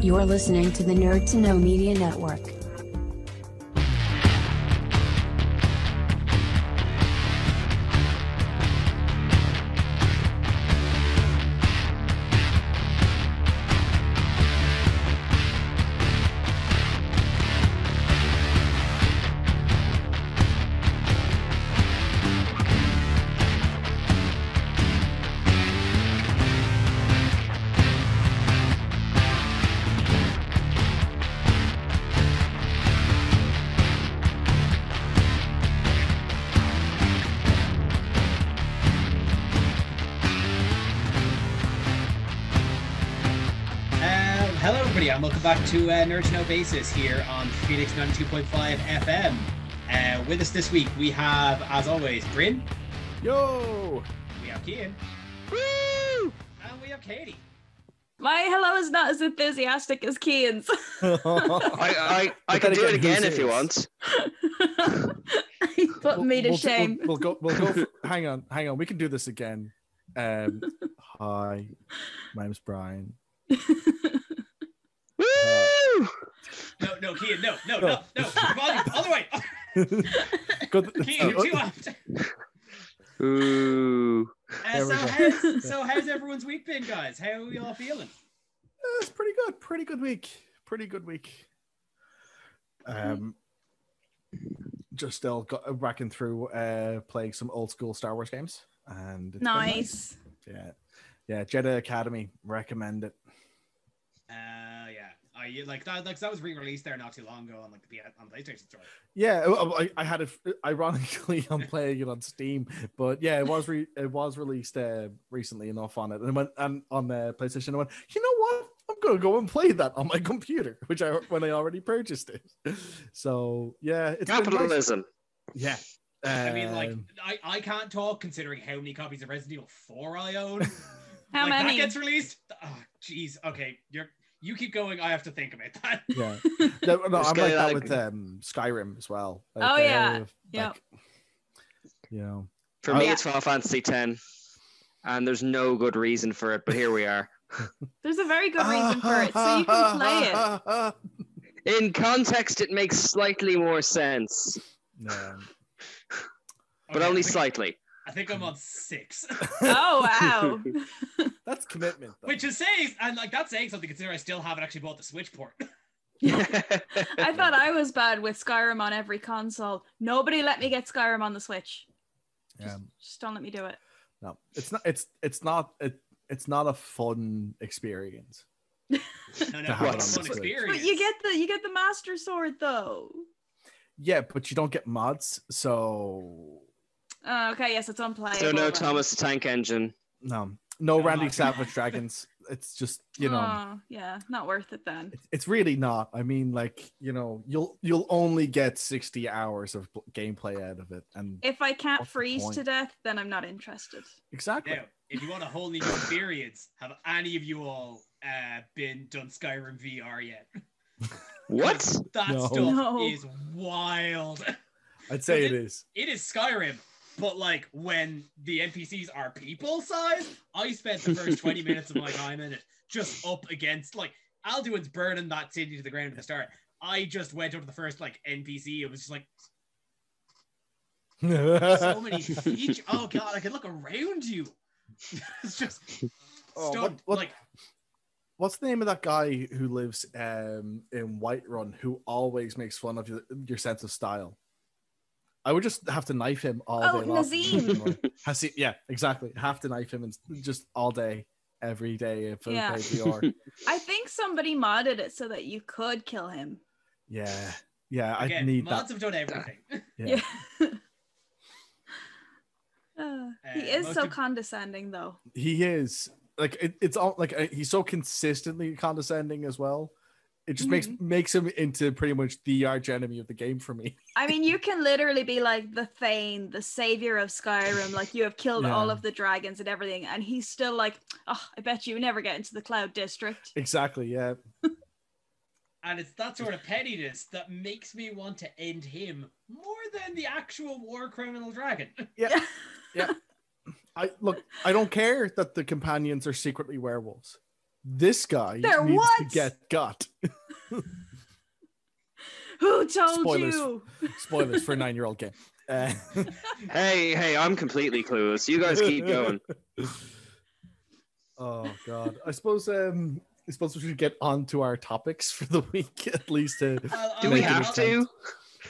You're listening to the Nerd to Know Media Network. Uh, hello, everybody, and welcome back to uh, Nerd to Know Basis here on Phoenix 92.5 FM. Uh, with us this week, we have, as always, Bryn, Yo! we have Kian, and we have Katie. My hello is not as enthusiastic as Keen's. I, I, I But can then do it again, again who's if you this? want. he put me to we'll, shame. We'll, we'll go. We'll go. For, hang on. Hang on. We can do this again. Um, hi, my name's Brian. Uh, Woo! No, no, Kian, no, no, No. no, no, volume, all the way. Good. uh, Kian, you're too apt. Ooh. Uh, There we so, go. how's, so, how's everyone's week been, guys? How are we all feeling? That's pretty good. Pretty good week. Pretty good week. Um, just still got racking through uh playing some old school Star Wars games and it's been nice. Yeah, yeah. Jedi Academy recommend it. Uh, yeah. Uh, you, like that, like, that was re-released there not too long ago on like the P- on PlayStation Store. Yeah, oh, I, I- I had it. Ironically, I'm playing it on Steam, but yeah, it was re- it was released uh, recently enough on it, and I went and on the PlayStation. I went, you know what? I'm gonna go and play that on my computer, which I when I already purchased it. So yeah, it's been nice. Capitalism. Yeah, I mean, like, Um, I, I can't talk considering how many copies of Resident Evil 4 I own. How like, many? that gets released? Oh, jeez. Okay, you're you keep going. I have to think about that. yeah. No, no, Just I'm like get it that out of- with um, Skyrim as well. Like, Oh, yeah. uh, Yeah. like, you know, For Oh, me, yeah. it's Final Fantasy X, and there's no good reason for it, but here we are. There's a very good reason for it, so you can play it. it. In context, it makes slightly more sense, No. but Okay, only I think, slightly. I think I'm on six, Oh wow! That's commitment. Though. which is saying, and like that's saying something. Considering I still haven't actually bought the Switch port. I thought I was bad with Skyrim on every console. Nobody let me get Skyrim on the Switch. Yeah. Just don't let me do it. No, it's not. It's it's not. It, it's not a fun experience. No, To no, have it on the it's fun Switch. experience. But you get the you get the Master Sword though. Yeah, but you don't get mods, so Oh, okay, yes, it's unplayable. so no then. Thomas the Tank Engine. no, no No Randy mods. Savage dragons. It's just you know, Oh, yeah, not worth it then. it's- it's really not. I mean, like you know, you'll you'll only get sixty hours of pl- gameplay out of it, and If I can't What's the freeze point? to death, then I'm not interested. exactly. Now, if you want a whole new experience, have any of you all uh, been done Skyrim VR yet? What? That No. stuff No. is wild. I'd say it is. It is Skyrim, but like when the NPCs are people size, I spent the first 20 minutes of my time in it just up against like Alduin's burning that city to the ground at the start. I just went up to the first like NPC. It was just like so many features. Oh god, I can look around you. it's just Oh, what- stunned. what- Like What's the name of that guy who lives um, in Whiterun who always makes fun of your, your sense of style? I would just have to knife him all Oh, day long. Nazim. Has he- yeah, exactly. Have to knife him and just all day, every day if Yeah. yeah. VR. I think somebody modded it so that you could kill him. yeah, yeah. I again, need mods that. have done everything. Yeah. Yeah. Uh, he Uh, is most so of- condescending, though. He is like it, it's all like uh, he's so consistently condescending as well. It just makes Mm-hmm. makes him into pretty much the arch enemy of the game for me. I mean, you can literally be like the Thane, the savior of Skyrim. Like you have killed all Yeah. of the dragons and everything, and he's still like, "Oh, I bet you never get into the Cloud District." exactly. Yeah. And it's that sort of pettiness that makes me want to end him more than the actual war criminal dragon. Yeah. I look. I don't care that the companions are secretly werewolves. this guy They're needs to what? get gut. Who told Spoilers. you? Spoilers for a nine-year-old game. Uh, Hey, hey, I'm completely clueless. You guys keep going. oh god, I suppose um, I suppose we should get on to our topics for the week at least. uh, To I'll- Do I'll- we Make it have to?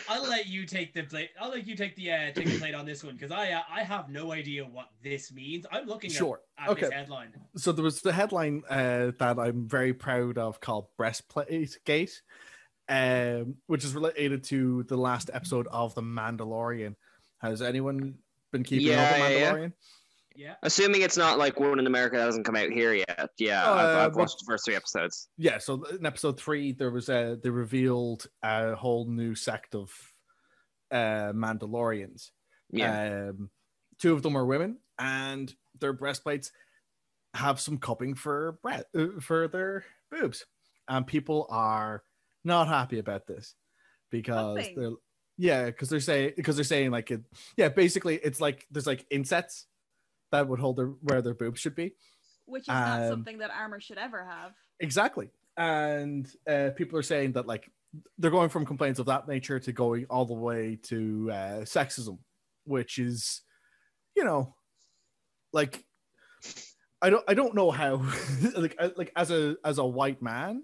I'll let you take the plate. I'll let you take the uh, take the plate on this one because I uh, I have no idea what this means. I'm looking at- sure. at, this Okay. headline. So there was the headline uh, that I'm very proud of called Breastplate Gate, um, which is related to the last episode of The Mandalorian. Has anyone been keeping up Yeah, with yeah, yeah. Mandalorian? Yeah. Assuming it's not like one in America that hasn't come out here yet. Yeah, I've, Uh, I've watched the first three episodes. yeah so in episode three there was a they revealed a whole new sect of uh mandalorians Yeah, um two of them are women and their breastplates have some cupping for bre- uh, for their boobs and people are not happy about this because Cupping? they're yeah because they're saying because they're saying like it, yeah basically it's like there's like insets that would hold their where their boobs should be Which is not Um, something that armor should ever have. Exactly. And uh, people are saying that like they're going from complaints of that nature to going all the way to uh, sexism, which is, you know, like I don't I don't know how like I- like as a as a white man.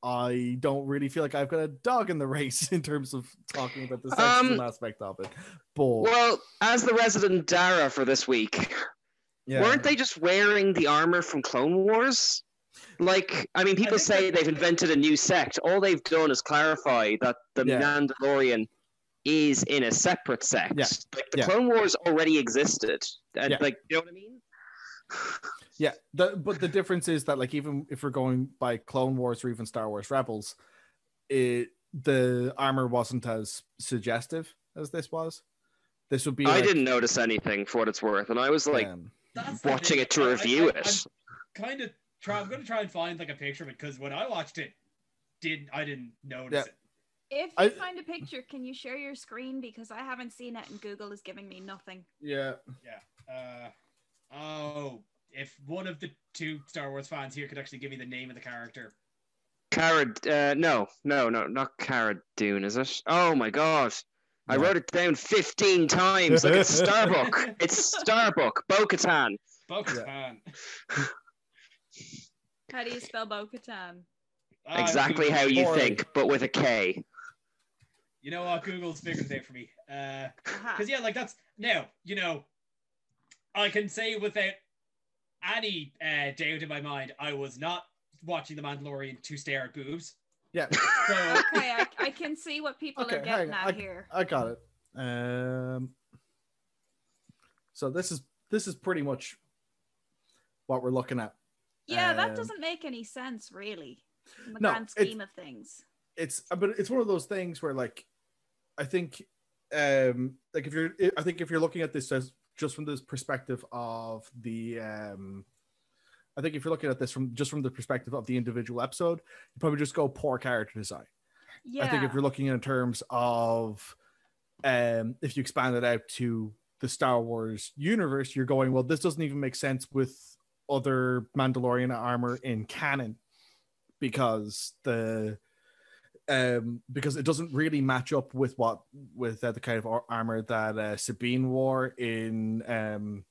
I don't really feel like I've got a dog in the race in terms of talking about the sexism Um, aspect of it. But Well, as the resident Dara for this week, yeah. weren't they just wearing the armor from Clone Wars? Like, I mean, people think say they've invented a new sect. All they've done is clarify that the Yeah. Mandalorian is in a separate sect. Yeah. Like, the Yeah. Clone Wars already existed. And, Yeah. Like, you know what I mean? Yeah, the, but the difference is that like even if we're going by Clone Wars or even Star Wars Rebels, it the armor wasn't as suggestive as this was. This would be. I like, didn't notice anything for what it's worth, and I was like um, That's the watching thing. it to I- I- review I- I'm it. kind of try. I'm gonna try and find like a picture of it because when I watched it, did I didn't notice Yeah. it. If you I- find a picture, can you share your screen? Because I haven't seen it and Google is giving me nothing. yeah, Uh, oh, if one of the two Star Wars fans here could actually give me the name of the character, Cara, uh, no, no, no, not Cara Dune, is it? Oh my god. I No. wrote it down 15 times. Like it's Starbuck. it's Starbuck. Bo Katan. bo Yeah. Fan. How do you spell Bo Katan? Uh, Um, Exactly how you think, but with a K. You know what? Google's figured it out for me. Uh, Aha. Because yeah, like that's now, you know, I can say without any uh, doubt in my mind, I was not watching The Mandalorian to stare at boobs. yeah, So Okay, I, I can see what people Okay, are getting hang on, at here. I uh, got it. Um, so this is this is pretty much what we're looking at. Yeah, that um, doesn't make any sense, really, in the No, grand it- scheme of things. it's but it's one of those things where like i think um like if you're i think if you're looking at this as just from this perspective of the um i think if you're looking at this from just from the perspective of the individual episode you probably just go poor character design Yeah. i think if you're looking in terms of um if you expand it out to the star wars universe you're going well this doesn't even make sense with other mandalorian armor in canon because the um because it doesn't really match up with what with uh, the kind of ar- armor that uh, sabine wore in um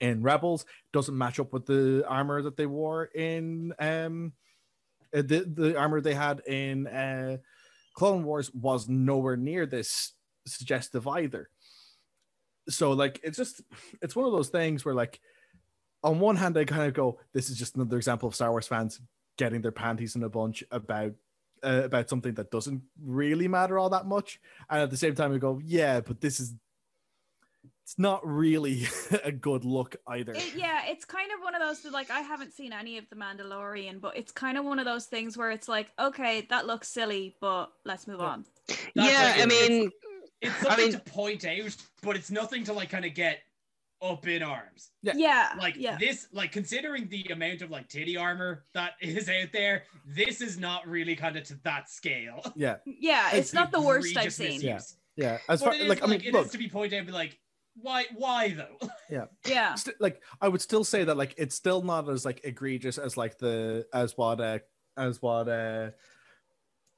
in rebels doesn't match up with the armor that they wore in um uh, the the armor they had in uh Clone Wars was nowhere near this suggestive either. So like it's just it's one of those things where like on one hand I kind of go this is just another example of Star Wars fans getting their panties in a bunch about uh, about something that doesn't really matter all that much and at the same time we go yeah but this is it's not really a good look either. It- yeah, it's kind of one of those that, like I haven't seen any of the Mandalorian, but it's kind of one of those things where it's like, okay, that looks silly, but let's move on. That's yeah, like- I mean, it's I something mean- to point out, but it's nothing to like kind of get up in arms. Yeah. Yeah, yeah, Like this, like considering the amount of like titty armor that is out there, this is not really kind of to that scale. yeah, yeah. It's not the worst I've Egregious seen. misuse. Yeah. yeah. As far But it is, like I mean it is look to be pointed out, be like why? Why though? Yeah. St- like I would still say that like it's still not as like egregious as like the as what uh, as what uh,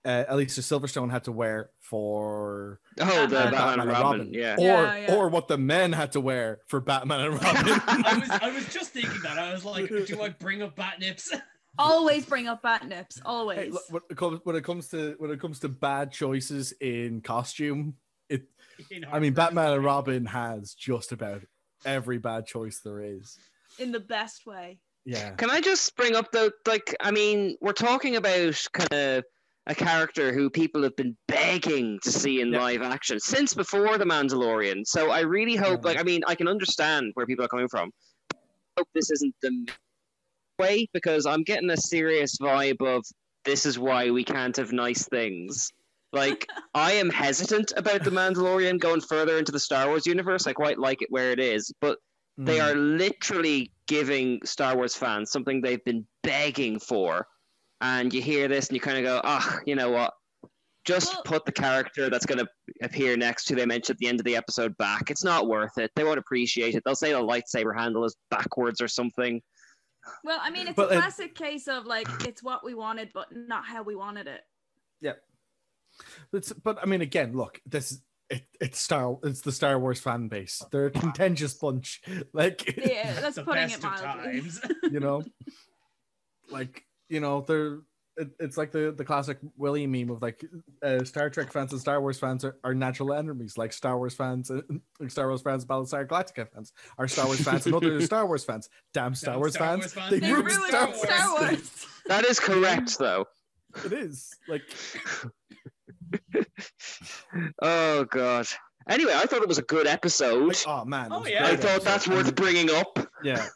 uh Elisa Silverstone had to wear for Oh, the Batman. Batman, and Robin. Yeah. Yeah, or yeah. or what the men had to wear for Batman and I Robin. was I was just thinking that. I was like, do I bring up bat nips? Always bring up bat nips. Always. Hey, look, when, it comes, when it comes to when it comes to bad choices in costume, it You know, I mean Batman and Robin has just about every bad choice there is. in the best way. Yeah. Can I just bring up though? Like, I mean, we're talking about kind of a character who people have been begging to see in Yeah. live action since before The Mandalorian. So I really hope, Yeah. like, I mean, I can understand where people are coming from. I hope this isn't the way because I'm getting a serious vibe of this is why we can't have nice things. Like, I am hesitant about The Mandalorian going further into the Star Wars universe. I quite like it where it is, but Hmm. they are literally giving Star Wars fans something they've been begging for. And you hear this and you kind of go, ah, you know what? Just Well- put the character that's going to appear next to them at the end of the episode back. It's not worth it. They won't appreciate it. They'll say the lightsaber handle is backwards or something. Well, I mean, it's But, a uh, classic case of like it's what we wanted, but not how we wanted it. It's, but I mean, again, look, this is it, it's Star. It's the Star Wars fan base. They're a contentious bunch. Like, Yeah, that's the putting best it of mildly. times. you know, like you know, they're. It, it's like the the classic Willie meme of like uh, Star Trek fans and Star Wars fans are, are natural enemies. Like Star Wars fans, uh, like Star Wars fans, Battlestar Galactica fans are Star Wars fans, and other Star Wars fans. Damn Star, Damn Wars, Star fans, Wars fans. they, They ruined ruined Star Wars. Star Wars. That is correct, though. It is like Oh, God. Anyway, I thought it was a good episode. oh man. it Oh, was a yeah. I great thought that's episode. worth bringing up. Yeah.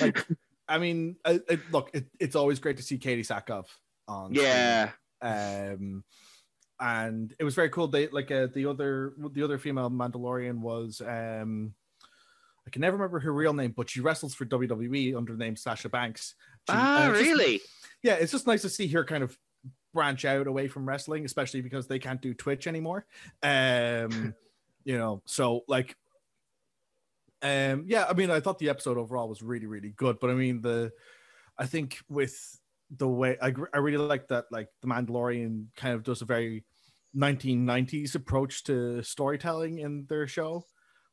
Like, I mean, I, I, look, it, it's always great to see Katie Sackhoff on. screen. Yeah. Um, and it was very cool. They like uh, the other the other female Mandalorian was um, I can never remember her real name, but she wrestles for WWE under the name Sasha Banks. She- Ah, and it's Uh, just- really? yeah, it's just nice to see her kind of branch out away from wrestling, especially because they can't do Twitch anymore. Um, you know, so like, um, yeah, I mean, I thought the episode overall was really, really good, but I mean, the, I think with the way I, gr- I really like that, like the Mandalorian kind of does a very 1990s approach to storytelling in their show,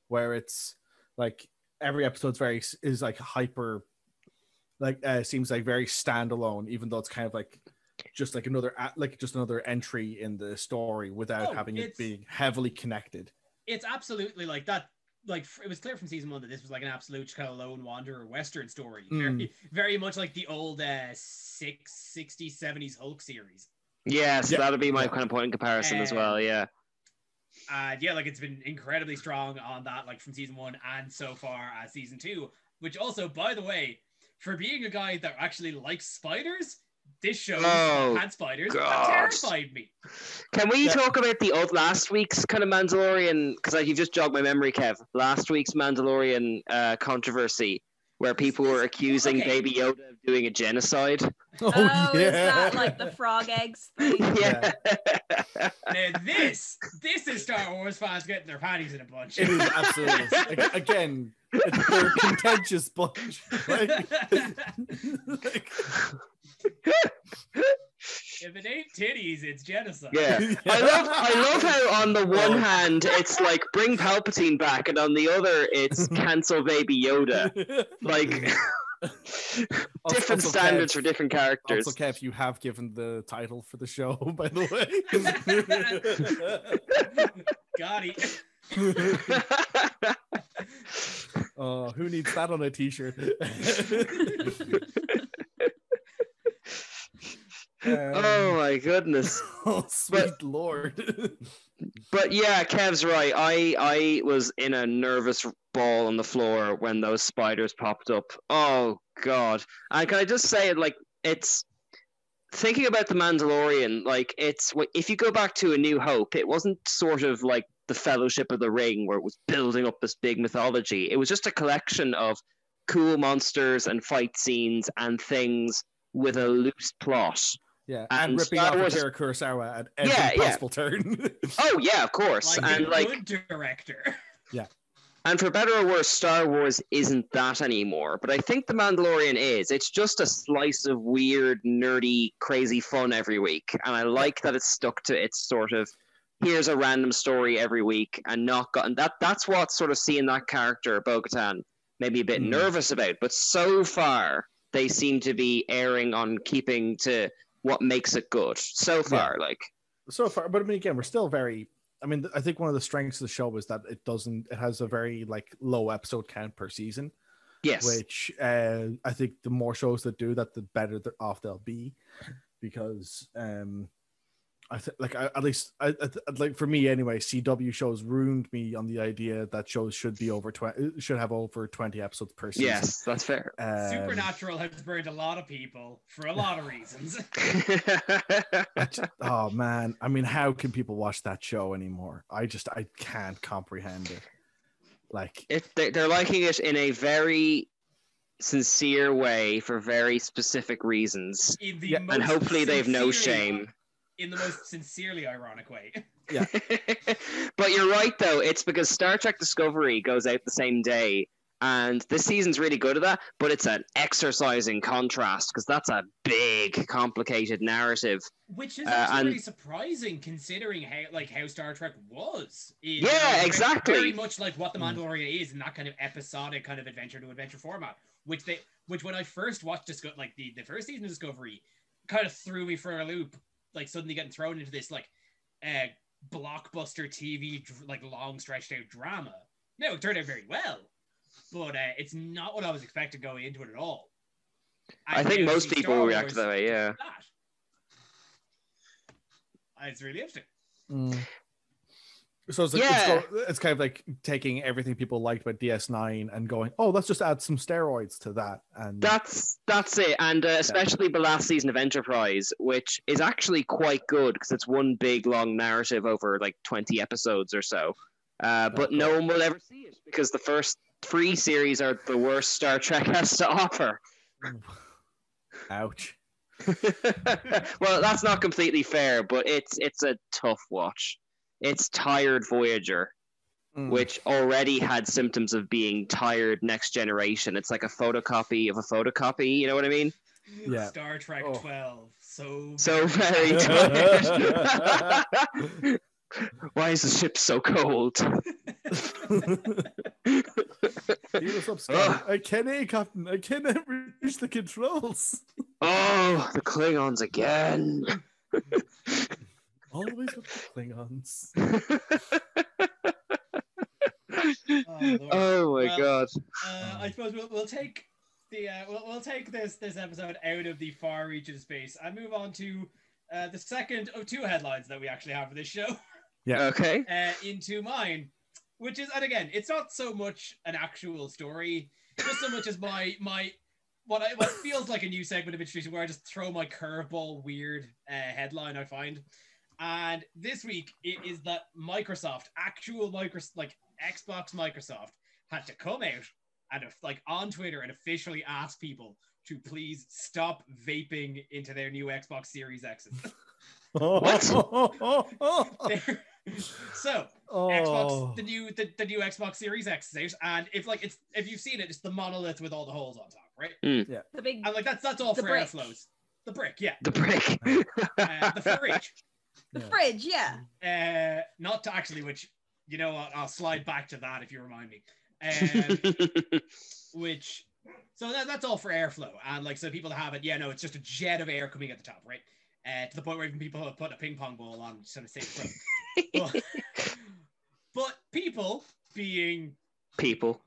where it's like every episode's very is like hyper like uh, seems like very standalone, even though it's kind of like just like another a- like just another entry in the story without Oh, having it's- it being heavily connected. it's absolutely like that. Like f- it was clear from season one that this was like an absolute kind of lone wanderer western story, Hmm. very, very much like the old uh, six, 60s, 70s Hulk series. Yes, Yeah. that'll be my Yeah. kind of point in comparison as well. Yeah. And yeah, like it's been incredibly strong on that, like from season one and so far as season two. Which also, by the way, for being a guy that actually likes spiders, this show Oh, had spiders God. that terrified me. Can we Yeah. talk about the old last week's kind of Mandalorian? Because like you've just jogged my memory, Kev. Last week's Mandalorian uh, controversy, where people were accusing Okay. Baby Yoda of doing a genocide. Oh, Oh, is that like the frog eggs thing? Yeah. Now this, this is Star Wars fans getting their panties in a bunch. it is absolutely Ag- again. It's, they're a contentious bunch. Like, like- if it ain't titties, it's genocide. Yeah. I love, I love how on the one hand it's like bring Palpatine back, and on the other it's cancel Baby Yoda. Like Also- different also standards Kev- for different characters. Also, Kev, you have given the title for the show, by the way. Got it. Oh, who needs that on a t-shirt? oh my goodness. oh, Um, sweet lord! But yeah, Kev's right. I I was in a nervous ball on the floor when those spiders popped up. Oh god. And can I just say it like it's thinking about the Mandalorian, like it's if you go back to A New Hope, it wasn't sort of like the Fellowship of the Ring where it was building up this big mythology. It was just a collection of cool monsters and fight scenes and things with a loose plot. Yeah, And and, ripping Star off Wars- Akira Kurosawa at every Yeah, Oh. yeah. possible turn. Oh yeah, of course. Like and a like good director. And for better or worse, Star Wars isn't that anymore. But I think The Mandalorian is. It's just a slice of weird, nerdy, crazy fun every week. And I like that it's stuck to its sort of here's a random story every week and not gotten that that's what sort of seeing that character, Bo Katan, made me a bit Hmm. nervous about. But so far, they seem to be erring on keeping to what makes it good. So far, like so far but i mean again we're still very i mean i think one of the strengths of the show is that it doesn't it has a very like low episode count per season yes. which uh, i think the more shows that do that the better th- off they'll be because um i th- like I, at least I, I th- like for me anyway cw shows ruined me on the idea that shows should be over 20 should have over 20 episodes per season Yes, that's fair. Um, Supernatural has burned a lot of people for a lot of reasons. I just- oh man i mean how can people watch that show anymore i just i can't comprehend it like it, they, they're liking it in a very sincere way for very specific reasons, In the Yeah, most and hopefully they've no sincerely- shame. In the most sincerely ironic way. but you're right though; it's because Star Trek Discovery goes out the same day, and this season's really good at that. But it's an exercise in contrast because that's a big, complicated narrative. Which is Uh, actually and- really surprising considering how like how Star Trek was. in- Yeah, like, exactly. Very much like what the Mm. Mandalorian is in that kind of episodic kind of adventure to adventure format. Which they which when I first watched Disco like the, the first season of Discovery kind of threw me for a loop. Like suddenly getting thrown into this like uh blockbuster TV dr- like long stretched out drama. No, it turned out very well. But uh, it's not what I was expecting going into it at all. I And think now to most see people Star will react Wars that way, yeah. do that. Uh, It's really interesting. Mm. So it's, like, Yeah. it's, go- it's kind of like taking everything people liked about DS9 and going, oh, let's just add some steroids to that. And That's that's it, and uh, especially the last season of Enterprise, which is actually quite good because it's one big long narrative over like twenty episodes or so. Uh, but no one will ever see it because the first three series are the worst Star Trek has to offer. ouch. well, that's not completely fair, but it's it's a tough watch. It's tired Voyager, Mm. which already had symptoms of being tired. Next Generation, it's like a photocopy of a photocopy. You know what I mean? Yeah. Star Trek Oh. 12. So, So very tired. Why is the ship so cold? Beat us up, Scotty. I can't, Captain. I can't reach the controls. Oh, the Klingons again. Always with the Klingons. oh, Lord. Oh my Well, god. Uh, I suppose we'll, we'll take the uh, we'll, we'll take this this episode out of the far reach of space and move on to uh, the second of two headlines that we actually have for this show. Yeah. Okay. uh, into mine, which is, and again, it's not so much an actual story, just so much as my my what I what feels like a new segment of introduction where I just throw my curveball weird uh, headline I find, and this week it is that Microsoft, actual Microsoft, like Xbox Microsoft, had to come out and uh, like on Twitter and officially ask people to please stop vaping into their new Xbox Series X's. Oh. What? They're- so Oh. Xbox, the new the, the new Xbox Series X is out, and if like it's if you've seen it, it's the monolith with all the holes on top, right? The big And like that's that's all The for brick. airflows. The brick, yeah, The brick. uh, the fridge. the Yeah. fridge, yeah. Uh, not to actually, which you know, I'll, I'll slide back to that if you remind me. Um, which so that, that's all for airflow and like so people that have it yeah no it's just a jet of air coming at the top right uh, to the point where even people have put a ping pong ball on to sort of save it from. but, but people being People.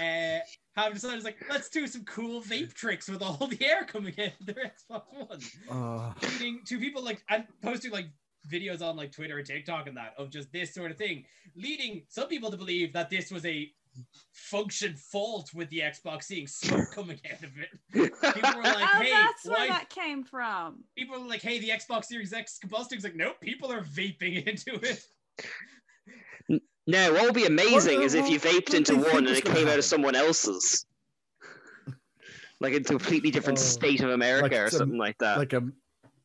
uh, have decided like let's do some cool vape tricks with all the air coming in their Xbox One Oh, leading to people like and posting like videos on like Twitter and TikTok and that of just this sort of thing, leading some people to believe that this was a function fault with the Xbox seeing smoke coming out of it. People were like, oh, hey, that's why where that came from. people were like, hey, the Xbox Series X combusting's like, nope, people are vaping into it. no, what would be amazing What- is if you what- vaped what into do you think one and is it gonna came out happen? of someone else's. Like a completely different Oh. state of America Like or some- something like that. like a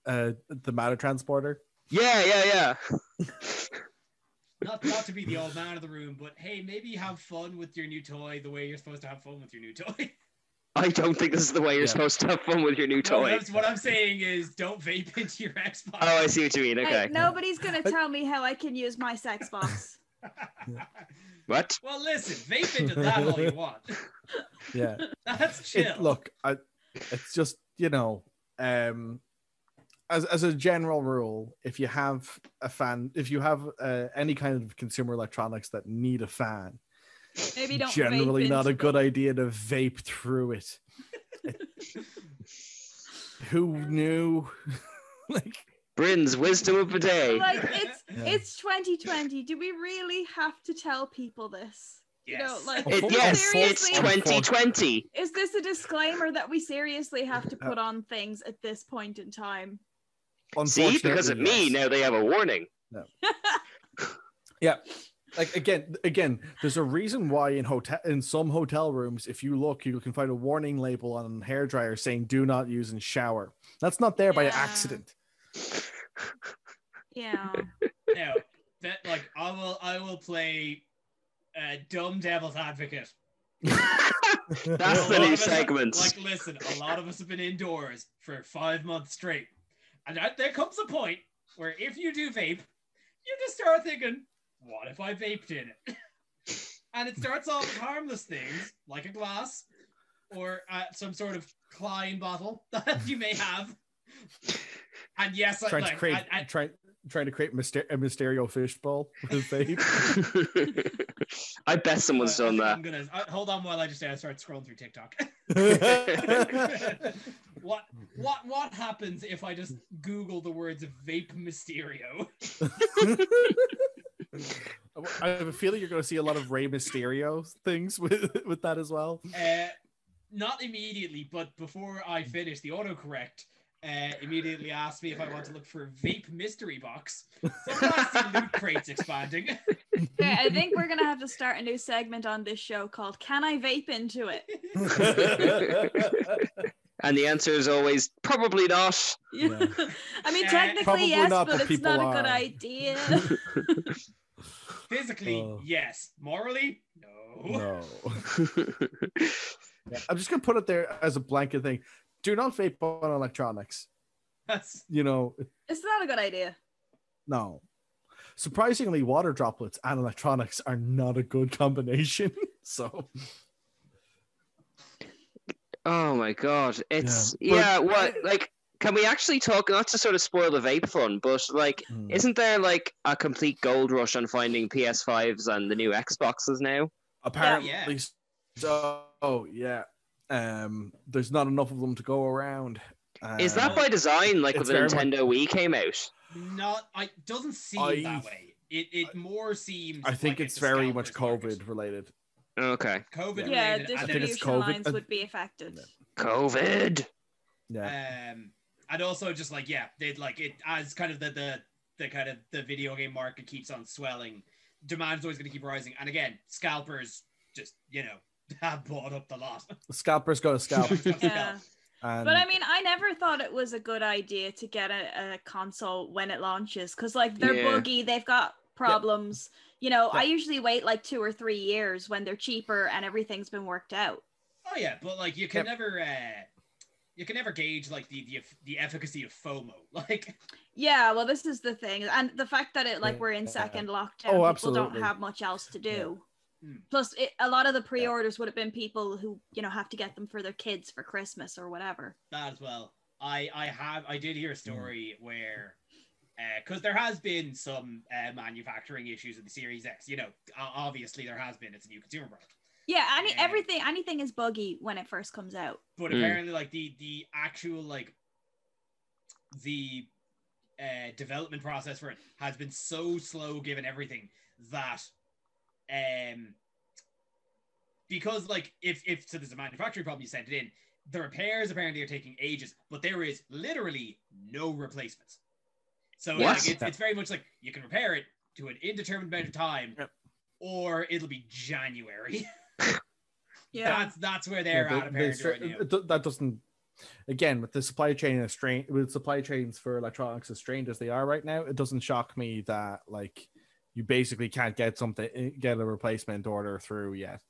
uh, the matter transporter. yeah, yeah, yeah. not not to be the old man of the room, but hey, maybe have fun with your new toy the way you're supposed to have fun with your new toy. I don't think this is the way you're Yeah. supposed to have fun with your new No, what, toy. I'm, what I'm saying is, don't vape into your Xbox. Oh, I see what you mean. Okay. Hey, nobody's gonna tell me how I can use my sex box. What? well, listen, vape into that all you want. Yeah. That's It- chill. look, I, it's just you know, um, as as a general rule, if you have a fan, if you have uh, any kind of consumer electronics that need a fan, Maybe don't. vape generally not a into good them. idea to vape through it. Who knew? like, Bryn's wisdom of the day. Like it's Yeah. it's 2020. Do we really have to tell people this? yes. You know, like It, Oh, yes, it's seriously, twen- 2020. is this a disclaimer that we seriously have Uh, to put on things at this point in time? See, because of unfortunately, me, yes. now they have a warning. Yeah. Like again, again, there's a reason why in hotel in some hotel rooms, if you look, you can find a warning label on a hairdryer saying do not use and shower. That's not there by Yeah. accident. Yeah. no, that like I will I will play uh, dumb devil's advocate. That's A the lot new of us- segment. Like, listen, a lot of us have been indoors for five months straight, and that, there comes a point where if you do vape, you just start thinking, "What if I vaped in it?" and it starts off with harmless things like a glass or uh, some sort of Klein bottle that you may have. And yes, I- trying to like, create, and- and- trying trying to create myster- a Mysterio fishbowl with vape. I bet someone's I- I done think that. I'm gonna uh, hold on while I just uh, start scrolling through TikTok. what what what happens if I just Google the words vape Mysterio? I have a feeling you're going to see a lot of Rey Mysterio things with with that as well. Uh, not immediately, but before I finish, the autocorrect uh, immediately asked me if I want to look for vape mystery box. So that's the loot crates expanding. Okay, I think we're gonna have to start a new segment on this show called "Can I Vape Into It?" And the answer is always probably not. Yeah. I mean, Uh, technically Probably yes, not, but but it's not people a good are. idea. Physically, Oh. yes. Morally, no. no. I'm just going to put it there as a blanket thing. Do not vape on electronics. That's You know, it's not a good idea. No. Surprisingly, water droplets and electronics are not a good combination. so Oh my god. It's but- yeah, what like can we actually talk not to sort of spoil the vape fun, but like Mm. isn't there like a complete gold rush on finding PS5s and the new Xboxes now? apparently, Yeah. so oh, yeah, um, there's not enough of them to go around. Is Um, that by design like it's when the very much- Nintendo Wii came out? not I doesn't seem I- that way. It it more seems I think like it's a very much scalper's market. COVID related. Okay. COVID Yeah, related and think then it's distribution COVID. lines Uh, would be affected. COVID. Yeah, um and also just like yeah they like it as kind of the the the kind of the video game market keeps on swelling demand's always going to keep rising and again scalpers just you know have bought up the lot the scalpers got a scalp. Someone's got to Yeah. scalp. and But I mean, I never thought it was a good idea to get a, a console when it launches because, like, they're Yeah. buggy, they've got problems. You know, Yeah. I usually wait like two or three years when they're cheaper and everything's been worked out. oh yeah but like you can Yep. never uh you can never gauge like the, the the efficacy of FOMO. Like Yeah, well, this is the thing, and the fact that it like we're in Yeah. second Oh, lockdown, people don't absolutely. have much else to do. Hmm. Plus, it, a lot of the pre-orders would have been people who you know have to get them for their kids for Christmas or whatever. that as well. I I have I did hear a story where because there has been some uh, manufacturing issues with the Series X. You know, o- obviously there has been. It's a new consumer product. Yeah, any Yeah. everything, anything is buggy when it first comes out. but Mm. apparently like the the actual like the uh, development process for it has been so slow given everything that um because like if if so there's a manufacturing problem you sent it in the repairs apparently are taking ages but there is literally no replacements so What? like, it's, it's very much like you can repair it to an indeterminate amount of time Yep. or it'll be january Yeah, that's that's where yeah, they're they- at they apparently stra- right now. it do- that doesn't. Again, with the supply chain as strained, with supply chains for electronics as strained as they are right now, it doesn't shock me that like you basically can't get something eh, get a replacement order through yet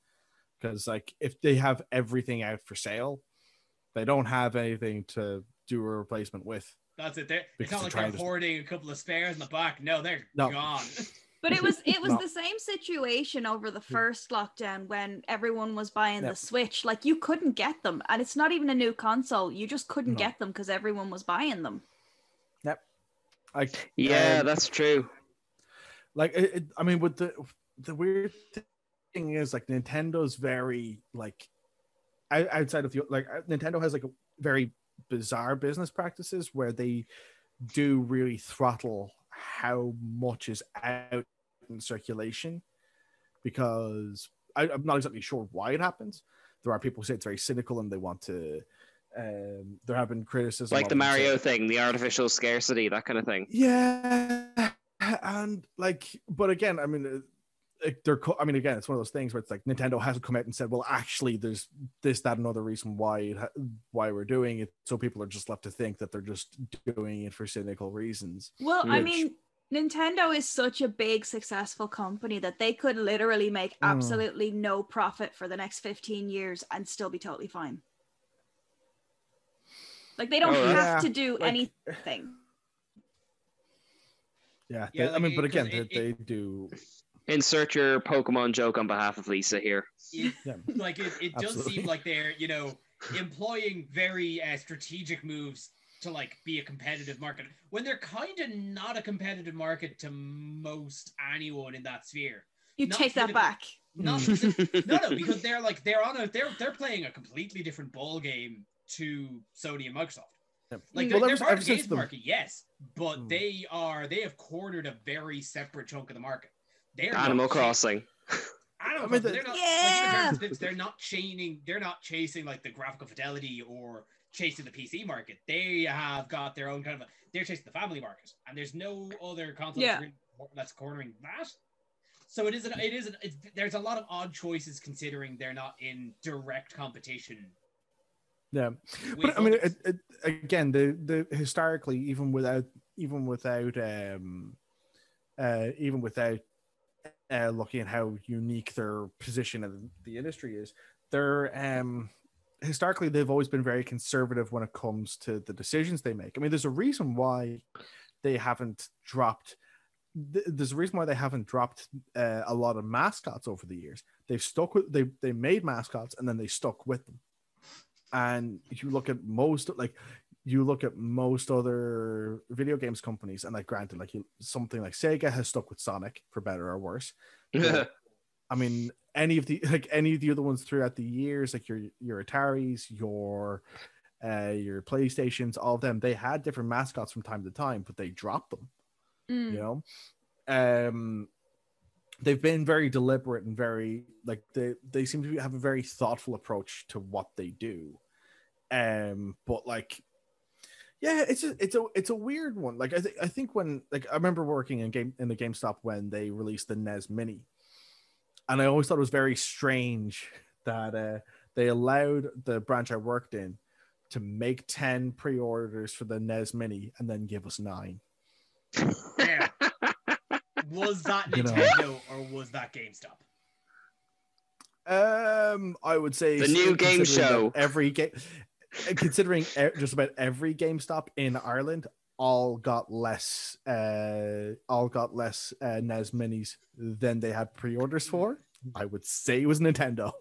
because like if they have everything out for sale they don't have anything to do a replacement with That's it. They're, it's Because not the like they're triangles- hoarding a couple of spares in the back. No, they're No. gone. But it was it was No. the same situation over the first lockdown when everyone was buying Yeah. the Switch. Like you couldn't get them, and it's not even a new console. You just couldn't No. get them because everyone was buying them. like Yeah, Um, that's true. like it, it- i mean with the the weird thing is like nintendo's very like ou- outside of the like uh, nintendo has like a very bizarre business practices where they do really throttle how much is out in circulation because I, i'm not exactly sure why it happens there are people who say it's very cynical and they want to um there have been criticism Like of the them saying- Mario thing, the artificial scarcity, that kind of thing. yeah, and like, but again, I mean, uh, like they're. Co- I mean, again, it's one of those things where it's like Nintendo hasn't come out and said, "Well, actually, there's this, that, another reason why it ha- why we're doing it." So people are just left to think that they're just doing it for cynical reasons. Well, I Which- mean, Nintendo is such a big, successful company that they could literally make Mm. absolutely no profit for the next 15 years and still be totally fine. Like, they don't Oh, have yeah. to do Like- anything. Yeah, Yeah, they- I like, mean, it- but again, 'cause it- they, they do. Insert your Pokemon joke on behalf of Lisa here. It- Yeah. like it, it does Absolutely. seem like they're you know employing very uh, strategic moves to like be a competitive market when they're kind of not a competitive market to most anyone in that sphere. You Not take that really. back. Not Hmm. no, no, because they're like they're on a they're they're playing a completely different ball game to Sony and Microsoft. Yep. Like they're, Mm. Hmm. Well, they're ever- part of ever the since games the- market, yes, but Mm. they are they have cornered a very separate chunk of the market. They're not Animal cha- Crossing. Animal I mean, Crossing. the- they're not, Yeah. like, in terms of- they're not chaining. They're not chasing like the graphical fidelity or chasing the PC market. They have got their own kind of. A, they're chasing the family market, and there's no other console that's Yeah. really cor- that's cornering that. So it isn't. It isn't. It's, there's a lot of odd choices considering they're not in direct competition. Yeah, with but I mean, others. it, it, again, the the historically, even without even without um, uh, even without uh, looking at how unique their position in the industry is, they're um, historically they've always been very conservative when it comes to the decisions they make. I mean, there's a reason why they haven't dropped. th- There's a reason why they haven't dropped uh, a lot of mascots over the years. They've stuck with they they made mascots and then they stuck with them and you look at most like you look at most other video games companies and like granted like you, something like sega has stuck with sonic for better or worse Yeah. i mean any of the like any of the other ones throughout the years like your your ataris your uh your playstations all of them they had different mascots from time to time but they dropped them Mm. you know um they've been very deliberate and very like they they seem to have a very thoughtful approach to what they do um but like yeah it's a, it's a it's a weird one like I, th- I think when like i remember working in game in the gamestop when they released the nes mini and i always thought it was very strange that uh they allowed the branch i worked in to make 10 pre-orders for the nes mini and then give us nine Now, was that You know. Nintendo or was that GameStop? Um, I would say The new game considering show. that Every game, considering e- just about every GameStop in Ireland, all got less, uh, all got less uh, NES minis than they had pre-orders for. I would say it was Nintendo.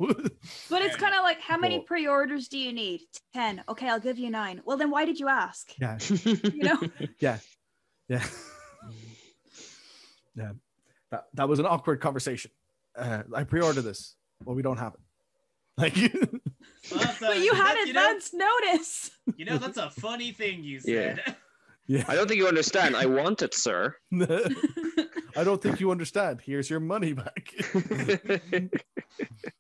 But it's Fair kind of like, how many Well- pre orders do you need? 10. Okay, I'll give you nine. Well, then why did you ask? yeah, You know? yeah, yeah. That that was an awkward conversation. Uh, I pre-ordered this. Well, we don't have it. Like. Well, that's a- but you that- had you know, advance notice. you know, that's a funny thing you Yeah. said. I don't think you understand. I want it, sir. I don't think you understand. Here's your money back.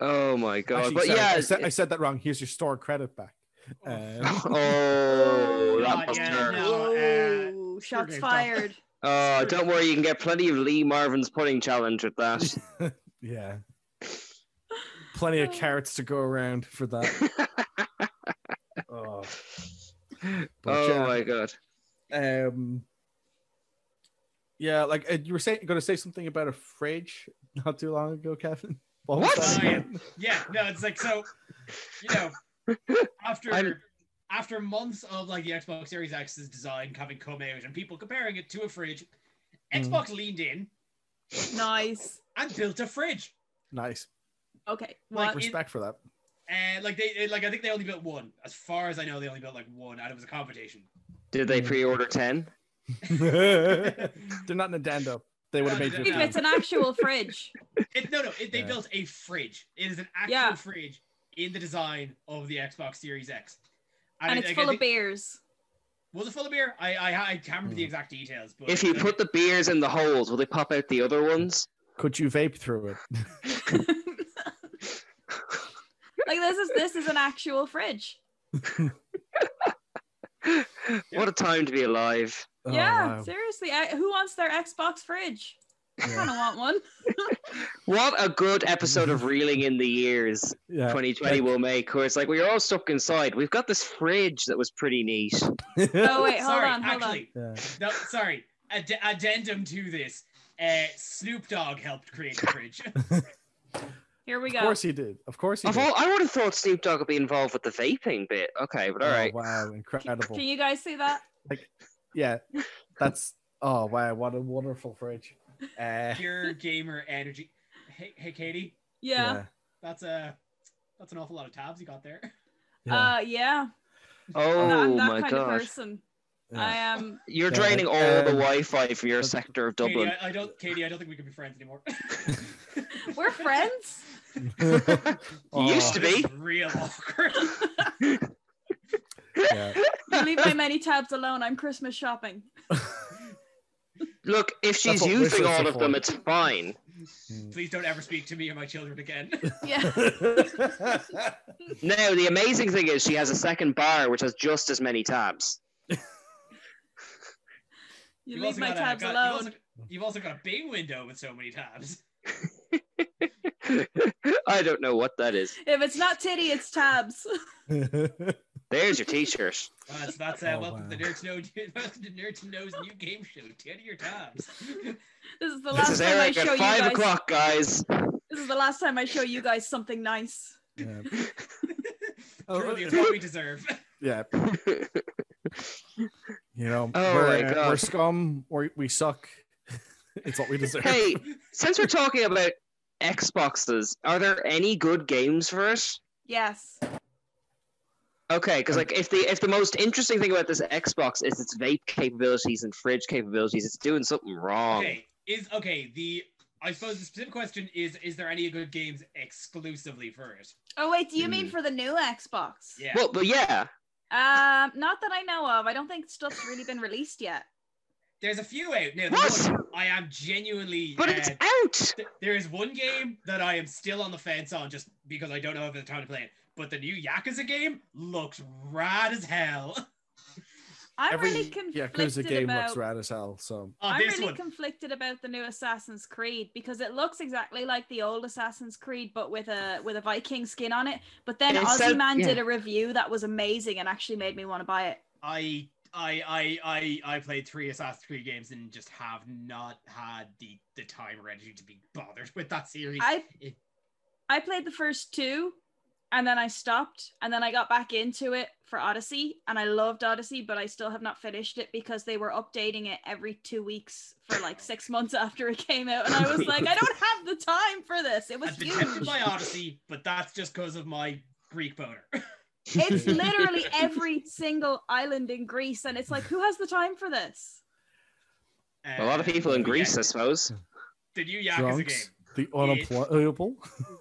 oh my god. Actually, but sorry, yeah. I said, I said that wrong. Here's your store credit back. Um, oh, God, that was yeah, her. no, uh, Whoa, shots game, Tom. fired. Oh, don't worry. You can get plenty of Lee Marvin's pudding challenge with that. yeah. Plenty of carrots to go around for that. oh, oh yeah. my god. um, Yeah, like uh, you were saying, going to say something about a fridge not too long ago, Kevin. What? What? was Oh, yeah. that? yeah, no, it's like so, you know, after I'm- after months of like the Xbox Series X's design having come out and people comparing it to a fridge, Hmm. Mhm. Xbox leaned in Nice. and built a fridge. Nice. Okay. Like, it- What? Respect for that. And Uh, like they like I think they only built one. As far as I know, they only built like one, and it was a competition. Did they pre-order ten? They're not Nintendo. They would have made you. if it's an actual fridge. It, no, no, it, they Yeah. built a fridge. It is an actual Yeah. fridge in the design of the Xbox Series X. And it- it's like, full I of think- beers. Was it full of beer? I I, I can't remember the Hmm. exact details, but If you put the beers in the holes, will they pop out the other ones? Could you vape through it? like this is this is an actual fridge. What a time to be alive! Oh, yeah, wow. seriously. I, who wants their Xbox fridge? I Yeah. kind of want one. What a good episode of reeling in the years Uh, Yeah. 2020 will make, where it's like we're all stuck inside. We've got this fridge that was pretty neat. Oh wait, hold sorry, on, hold actually, Yeah. No, sorry. Ad- addendum to this. Uh, Snoop Dogg helped create the fridge. on. Here we Of go. course he did. Of course he Of did. all, I would have thought Snoop Dogg would be involved with the vaping bit. Okay, but all Oh, right. Wow, incredible. Can you guys see that? Yeah, that's. Oh wow, what a wonderful fridge. Uh, Pure gamer energy. Hey, hey, Katie. Yeah. That's a that's an awful lot of tabs you got there. yeah, Uh yeah. Oh I'm that my kind of god, person. yeah. I am you're Yeah, draining all um, the Wi-Fi from your sector of Katie, Dublin. I, I don't. Katie, I don't think we can be friends anymore. we're friends. You Oh, used to This be. is Oh, real awkward. Yeah. You leave my many tabs alone. I'm Christmas shopping. Look, if she's what using wishes all are of them, for. it's fine. Mm. Please don't ever speak to me or my children again. Yeah. No, the amazing thing is she has a second bar which has just as many tabs. You You've leave also my got a- tabs got- you've alone. also- You've also got a big window with so many tabs. I don't know what that is. If it's not titty, it's tabs. There's your t-shirt. Uh, so that's uh, Oh, welcome to wow. Nerd to Know. welcome to Nerd to Know's new game show. Ten of your tabs. This is the This last is time I Eric show at you five guys. o'clock, guys. This is the last time I show you guys something nice. yeah. Oh, Truly, it's what we deserve. yeah. You know, Oh we're, my uh, God. we're scum. We're, we suck. it's what we deserve. hey, since we're talking about Xboxes, are there any good games for it? Yes. Okay, because like if the if the most interesting thing about this Xbox is its vape capabilities and fridge capabilities, it's doing something wrong. Okay, is okay. The I suppose the specific question is: Is there any good games exclusively for it? Oh wait, do you mean Mm. for the new Xbox? Yeah. Well, but yeah, Um, not that I know of. I don't think stuff's really been released yet. There's a few out now. What? the one I am genuinely. but uh, it's out. th- there is one game that I am still on the fence on, just because I don't know if it's time to play it. But the new Yakuza game looks rad as hell. I'm Every really Yakuza conflicted game about. looks rad as hell. So Oh, I'm this really one. conflicted about the new Assassin's Creed because it looks exactly like the old Assassin's Creed, but with a with a Viking skin on it. But then It said- Ozzy Man yeah. did a review that was amazing and actually made me want to buy it. I I I I I played three Assassin's Creed games and just have not had the the time or energy to be bothered with that series. I It- I played the first two and then I stopped and then I got back into it for Odyssey and I loved Odyssey, but I still have not finished it because they were updating it every two weeks for like six months after it came out. And I was like, I don't have the time for this. It was I've been tempted huge. by Odyssey, but that's just because of my Greek boner. It's literally every single island in Greece. And it's like, who has the time for this? A lot of people in Greece, I suppose. the new Yakuza drunks, game. the unemployable.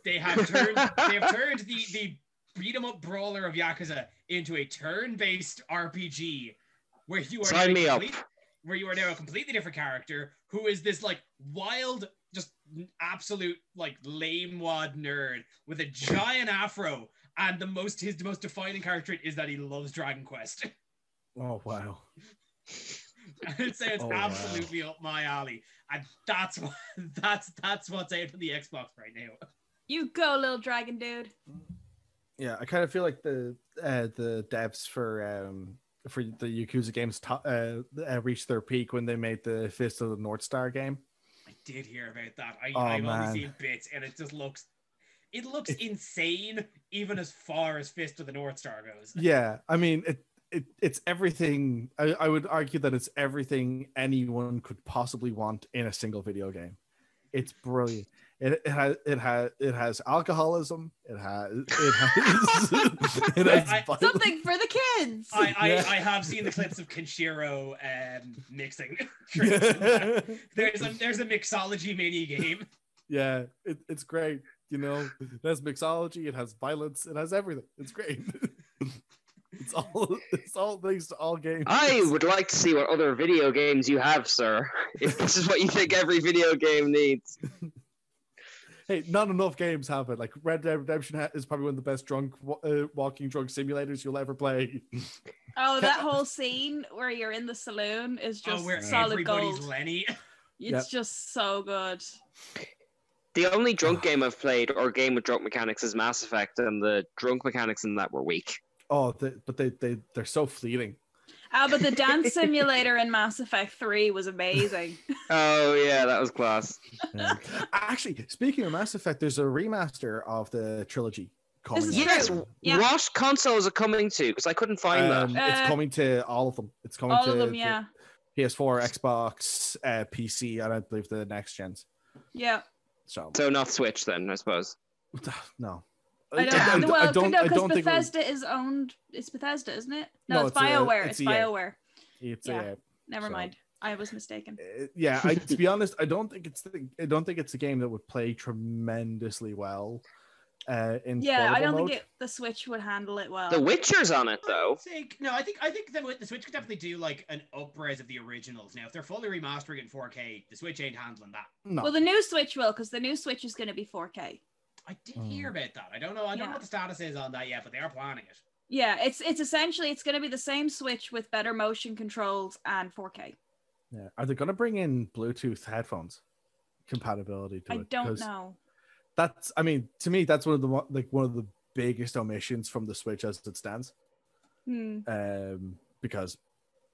They have turned they have turned the the beat 'em up brawler of Yakuza into a turn-based RPG where you are Sign now a me up. complete- where you are now a completely different character who is this like wild, just n- absolute like lame wad nerd with a giant afro. And the most his most defining characteristic is that he loves Dragon Quest. Oh wow. it sounds Oh, wow. absolutely up my alley, and that's what that's that's what's out on the Xbox right now. You go, little dragon dude. Yeah, I kind of feel like the uh, the devs for um, for the Yakuza games to, uh, uh, reached their peak when they made the Fist of the North Star game. I did hear about that. I, Oh, I've man. only seen bits, and it just looks. It looks It- insane, even as far as Fist of the North Star goes. Yeah, I mean it. It, it's everything. I, I would argue that it's everything anyone could possibly want in a single video game. It's brilliant. It, it has it has it has alcoholism. It has it has, it has I- violence. Something for the kids. Oh, I, I, Yeah. I have seen the clips of Kenshiro um, mixing. yeah, there's a there's a mixology mini game. uh, yeah it, it's great. You know, it has mixology. It has violence. It has everything. It's great. it's all it's all thanks to all games. I would like to see what other video games you have, sir. If this is what you think every video game needs. hey, not enough games have it. Like Red Dead Redemption ha- is probably one of the best drunk wa- uh, walking drunk simulators you'll ever play. oh, that whole scene where you're in the saloon is just oh, where solid everybody's gold. Lenny. it's Yep. just so good. The only drunk game I've played or game with drunk mechanics is Mass Effect, and the drunk mechanics in that were weak. Oh, they, but they they they're so fleeting. Ah, but the dance simulator in Mass Effect 3 was amazing. Oh yeah, that was class. Actually, speaking of Mass Effect, there's a remaster of the trilogy coming. This is out. Yes, true. Yeah. what consoles are coming to? Because I couldn't find Um, that. Uh, it's coming to all of them. It's coming All to of them, the yeah. PS4, Xbox, uh, PC, and I believe the next gens. Yeah. So So not Switch then, I suppose. no, I don't, well, I don't, no, I because don't think it was- Bethesda is owned. It's Bethesda, isn't it? No, No, it's, it's, uh, BioWare. it's It's, EA. BioWare. it's Yeah. uh, Never So- mind. I was mistaken. Uh, yeah, I, to be honest, I don't think it's the, I don't think it's a game that would play tremendously well uh, in Yeah, I portable don't mode. think it, the Switch would handle it well. The Witcher's on it though. I think, no, I think I think that the Switch could definitely do like an upres of the originals. Now, if they're fully remastering it in 4K, the Switch ain't handling that. No, Well, the new Switch will, because the new Switch is going to be 4K. I did Mm. hear about that. I don't know. I don't Yeah. know what the status is on that yet, but they are planning it. Yeah, it's it's essentially it's going to be the same Switch with better motion controls and 4K. yeah. are they going to bring in Bluetooth headphones compatibility to I it? don't 'Cause know. That's, I mean, to me, that's one of the mo- like one of the biggest omissions from the Switch as it stands. Hmm. Um, because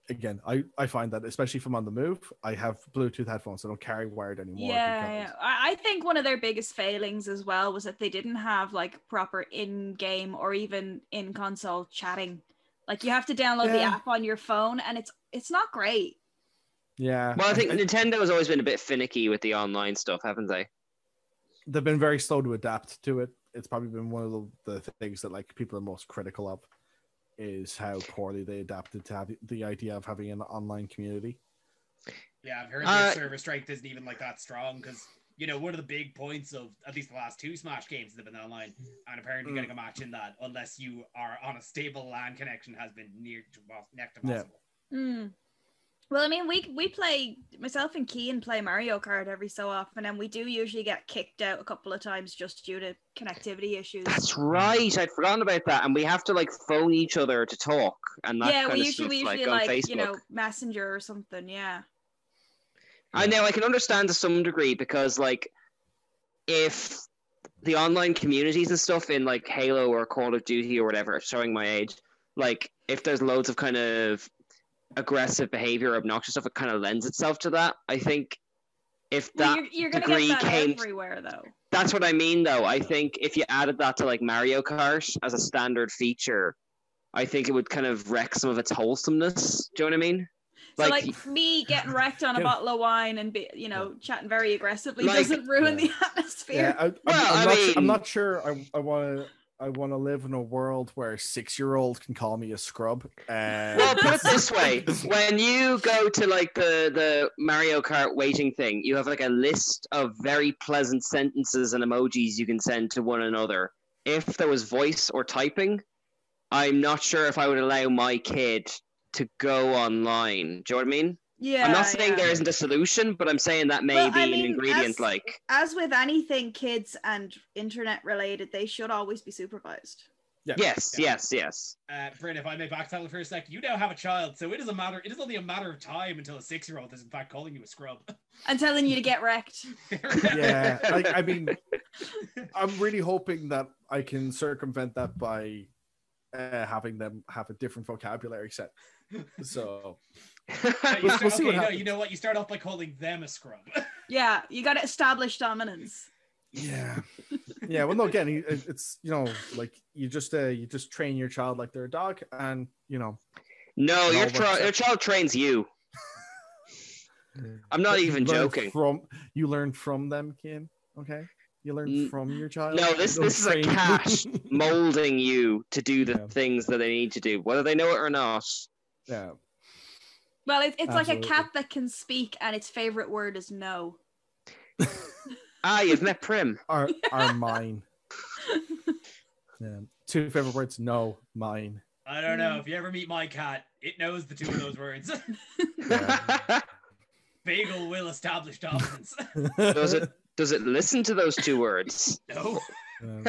again, I I find that especially if I'm on the move, I have Bluetooth headphones. I don't carry wired anymore. Yeah, because- yeah. I I think one of their biggest failings as well was that they didn't have like proper in-game or even in-console chatting. Like you have to download the Yeah. app on your phone, and it's it's not great. yeah. Well, I think Nintendo has always been a bit finicky with the online stuff, haven't they? they've been very slow to adapt to it. It's probably been one of the, the things that like people are most critical of is how poorly they adapted to have the idea of having an online community. Yeah, I've heard Uh, their server strength isn't even like that strong because you know one of the big points of at least the last two Smash games that have been online, and apparently Mm. getting a match in that unless you are on a stable LAN connection has been near to pos- next to Yeah. possible. Hmm. Well, I mean, we we play myself and Kean play Mario Kart every so often, and we do usually get kicked out a couple of times just due to connectivity issues. That's right. I'd forgotten about that, and we have to like phone each other to talk, and that yeah, kind we of usually stuff, we usually like on like, Facebook. you know Messenger or something. Yeah. I know I can understand to some degree because like if the online communities and stuff in like Halo or Call of Duty or whatever, showing my age, like if there's loads of kind of aggressive behavior, obnoxious stuff, it kind of lends itself to that. I think if Well, that you're you're gonna degree get that came- everywhere though. that's what I mean though, I think if you added that to like Mario Kart as a standard feature, I think it would kind of wreck some of its wholesomeness. Do you know what I mean? So Like- like, me getting wrecked on a Yeah. bottle of wine and be you know chatting very aggressively Like- doesn't ruin Yeah. the Yeah, atmosphere. I, I'm, Well, I'm I not, su- I'm mean- not sure I, I want to I want to live in a world where a six year old can call me a scrub. Uh, Well, put it this way: when you go to like the the Mario Kart waiting thing, you have like a list of very pleasant sentences and emojis you can send to one another. If there was voice or typing, I'm not sure if I would allow my kid to go online. Do you know what I mean? Yeah, I'm not saying yeah. there isn't a solution, but I'm saying that may Well, be I an mean, ingredient. as- Like, As with anything, kids and internet related, they should always be supervised. yes, Yeah. yes, yes. Uh, Bryn, if I may backsaddle for a sec, you now have a child, so it is a matter. It is only a matter of time until a six-year-old is in fact calling you a scrub. And telling you to get wrecked. yeah, like, I mean, I'm really hoping that I can circumvent that by uh, having them have a different vocabulary set. So No, you We'll- start- we'll see okay, what no, happens. you know what? You start off by calling them a scrub. Yeah, you got to establish dominance. yeah, yeah. Well, no, again, it- it's you know like you just uh, you just train your child like they're a dog, and you know No, No, your, but- tri- your child trains you. I'm not But you even learn joking. From you learn from them, Kim. Okay, you learn N- from your child. No, You this don't this is a train- cat molding you to do the Yeah. things that they need to do, whether they know it or not. yeah, Well, it's, it's like a Absolutely. cat that can speak and its favorite word is no. Ah, you've met Prim. are are mine. Yeah. Two favorite words. No, mine. I don't know. If you ever meet my cat, it knows the two of those words. Yeah. Bagel will establish dominance. does it does it listen to those two words? no. Um,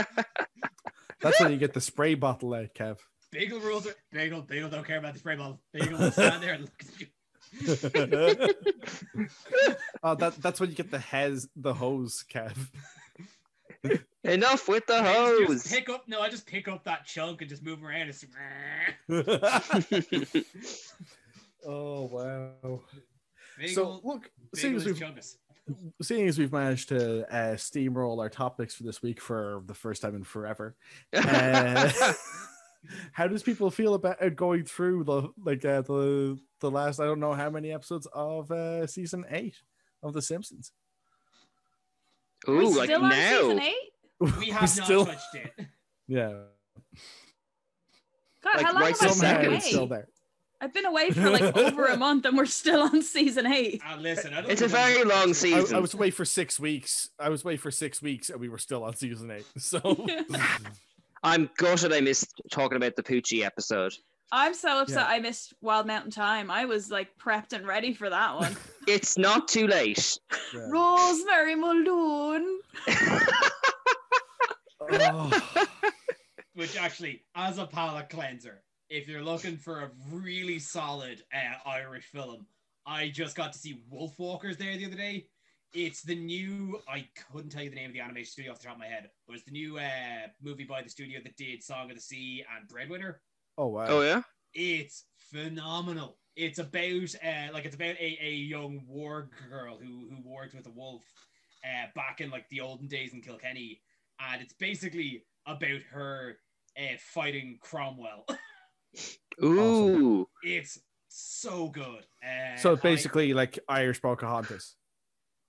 that's when you get the spray bottle out, Kev. Bagel rules are Bagel, Bagel don't care about the spray bottle. Bagel will stand there and look at you. oh, that that's when you get the hez the hose, Kev. Enough with the I just hose. pick up no, I just pick up that chunk and just move around and just, oh wow. So Bagel, look, seeing Bagel is as we've chungus. seeing as we've managed to uh, steamroll our topics for this week for the first time in forever, uh, how does people feel about uh, going through the like uh, the the last I don't know how many episodes of uh, season eight of The Simpsons? Are we Ooh, like still on season now. eight? We have not still touched it. yeah, God, Like, how long right have somehow I somehow been away? it's still there. I've been away for like over a month and we're still on season eight. Ah, listen, I don't It's a think I'm- very long I, season. I was away for six weeks. I was away for six weeks, and we were still on season eight. So I'm gutted I missed talking about the Poochie episode. I'm so upset Yeah. I missed Wild Mountain Time. I was like prepped and ready for that one. It's not too late. Rosemary Muldoon. Oh, which actually, as a palate cleanser, if you're looking for a really solid uh, Irish film, I just got to see Wolf Walkers there the other day. It's the new, I couldn't tell you the name of the animation studio off the top of my head, but it's the new uh, movie by the studio that did Song of the Sea and Breadwinner. oh wow! Oh yeah. It's phenomenal. It's about uh, like it's about a, a young war girl who who worked with a wolf uh, back in like the olden days in Kilkenny, and it's basically about her uh, fighting Cromwell. Ooh. it's so good. Uh, So I- basically, like Irish Pocahontas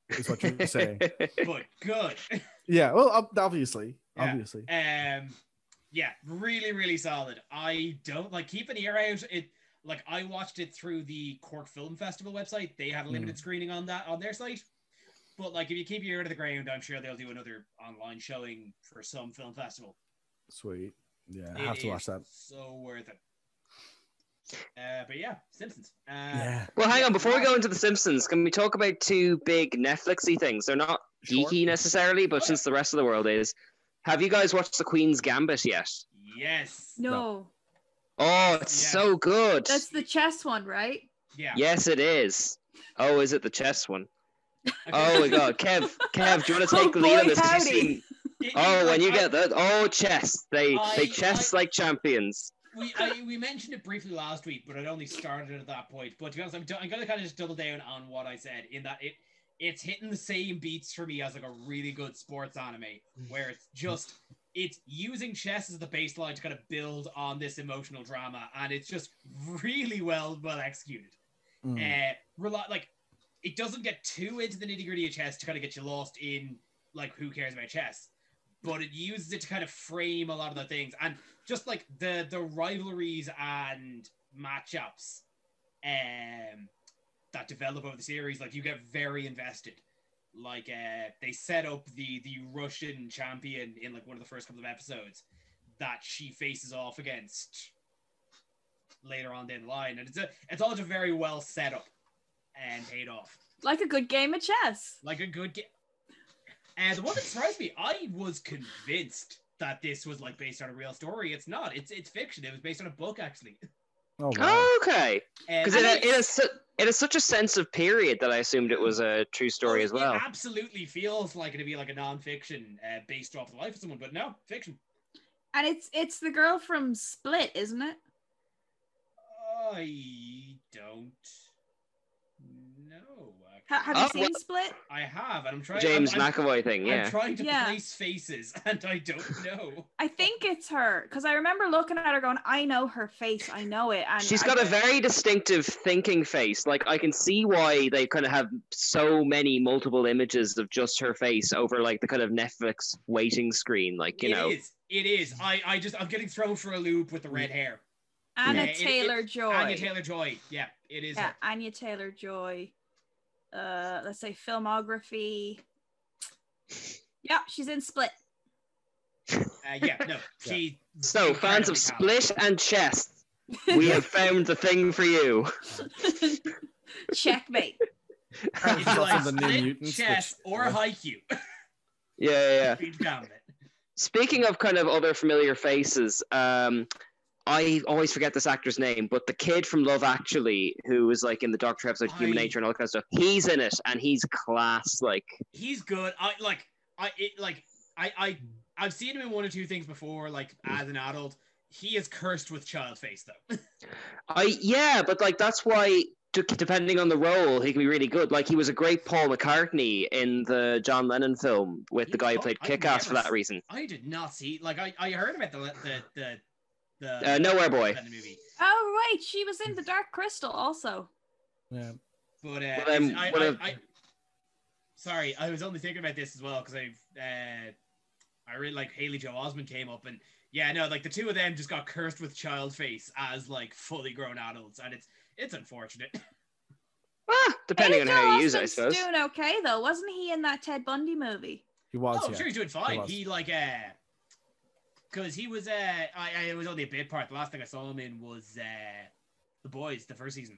is what you're saying. but good. yeah. Well, ob- obviously, Yeah. obviously. Um, yeah, really, really solid. I don't like keep an ear out. It like I watched it through the Cork Film Festival website. They Hmm. had a limited screening on that on their site. But like, if you keep your ear to the ground, I'm sure they'll do another online showing for some film festival. Sweet. Yeah, I It have to is watch that. So worth it. Uh, but yeah, Simpsons. Uh, Yeah. Well, hang on. Before we go into The Simpsons, can we talk about two big Netflixy things? They're not Sure. geeky necessarily, Oh, but since the rest of the world is, have you guys watched The Queen's Gambit yet? Yes. No. Oh, it's Yes. so good. That's the chess one, right? Yeah. Yes, it is. Oh, is it the chess one? Oh my God, Kev, Kev, do you want to Oh, take the lead on boy, this? 'Cause you've howdy. seen- It- Oh, when you I- get that, oh, chess. They I- they chess I- like champions. we I, we mentioned it briefly last week, but it only started at that point. But to be honest, I'm, do- I'm gonna kind of just double down on what I said in that it it's hitting the same beats for me as like a really good sports anime, where it's just it's using chess as the baseline to kind of build on this emotional drama, and it's just really well well executed. Mm. Uh, rely, like it doesn't get too into the nitty gritty of chess to kind of get you lost in like who cares about chess, but it uses it to kind of frame a lot of the things and just like the the rivalries and matchups um, that develop over the series. Like you get very invested. Like uh, they set up the the Russian champion in like one of the first couple of episodes that she faces off against later on down the line, and it's a it's all just very well set up and paid off. Like a good game of chess. Like a good game. And the one that surprised me, I was convinced that this was like based on a real story. It's not. It's it's fiction. It was based on a book actually. Oh wow. Oh, okay, And because it, I mean, it has su- it has such a sense of period that I assumed it was a true story as well. It absolutely feels like it'd be like a non-fiction uh, based off the life of someone, but no, fiction. And it's it's the girl from Split, isn't it? I don't know. Ha- have you Oh, seen well- Split? I have, and I'm trying. James I'm, I'm, McAvoy thing, I'm yeah. trying to Yeah. place faces, and I don't know. I think it's her because I remember looking at her going, "I know her face. I know it." And She's I- got a very distinctive thinking face. Like I can see why they kind of have so many multiple images of just her face over like the kind of Netflix waiting screen. Like you know, It is. It is. I, I just I'm getting thrown for a loop with the red hair. Yeah, Anna it- it- Taylor Joy. Anya Taylor Joy. Yeah, it is. Yeah, her. Anya Taylor Joy. Uh, let's say filmography. Yeah, she's in Split. Uh, yeah. No. She. so fans incredibly of talented. Split and Chess, we have found the thing for you. Checkmate. Apparently It's she's like also the New Split, Mutants. chess which- or haiku. Yeah, yeah. yeah. We've found it. Speaking of kind of other familiar faces, um, I always forget this actor's name, but the kid from Love Actually, who was like in the Doctor episode Human I- Nature and all that kind of stuff, he's in it and he's class. Like, He's good. I like. I it, like. I I I've seen him in one or two things before. Like as an adult, he is cursed with child face though. I yeah, but like that's why d- depending on the role, he can be really good. Like he was a great Paul McCartney in the John Lennon film with the guy who Oh, played I Kick Ass for never that reason. I did not see. Like I I heard about the the the. the Uh, Nowhere Boy. the movie. Oh right, she was in The Dark Crystal also. Yeah. But uh, Well, um, it's- I, one I, of- I, sorry, I was only thinking about this as well because I, uh, I really like Haley Joe Osmond came up and yeah, no, like the two of them just got cursed with child face as like fully grown adults, and it's it's unfortunate. Ah, depending on Pedro how you use it, I Austin's suppose. Doing okay though, wasn't he in that Ted Bundy movie? He was, oh, I'm yeah. sure he's doing fine. was. He like uh, because he was uh, I, I it was only a bit part. The last thing I saw him in was uh, the boys, the first season.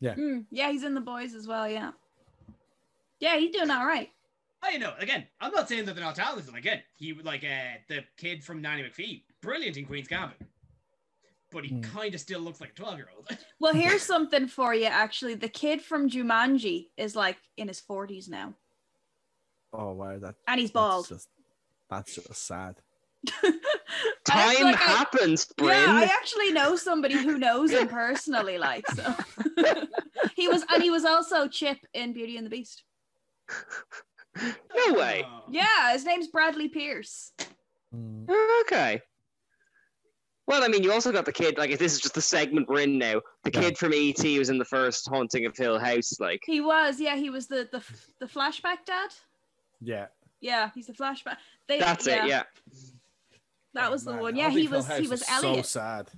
Mm, yeah, he's in The Boys as well. Yeah, yeah, he's doing all right. Oh, you know, again, I'm not saying that they're not talented. Again, he like uh, the kid from Nanny McPhee, brilliant in Queen's Gambit, but he Hmm. kind of still looks like a 12 year old. Well, here's something for you. Actually, the kid from Jumanji is like in his 40s now, Oh wow, that, and he's that's bald. just that's just sad. I Time feel like I- happens, Bryn. Yeah, I actually know somebody who knows him personally. Like, so he was, and he was also Chip in Beauty and the Beast. No way. Yeah, his name's Bradley Pierce. Mm. Okay. Well, I mean, you also got the kid. Like, if this is just the segment we're in now, the Yeah. kid from ET was in the first Haunting of Hill House. Like, He was, yeah, he was the the, the flashback dad. Yeah. Yeah, he's the flashback. They, that's it. Yeah. That Oh, was the man, one. Yeah, Albie he was. Hillhouse He was So Elliot. sad.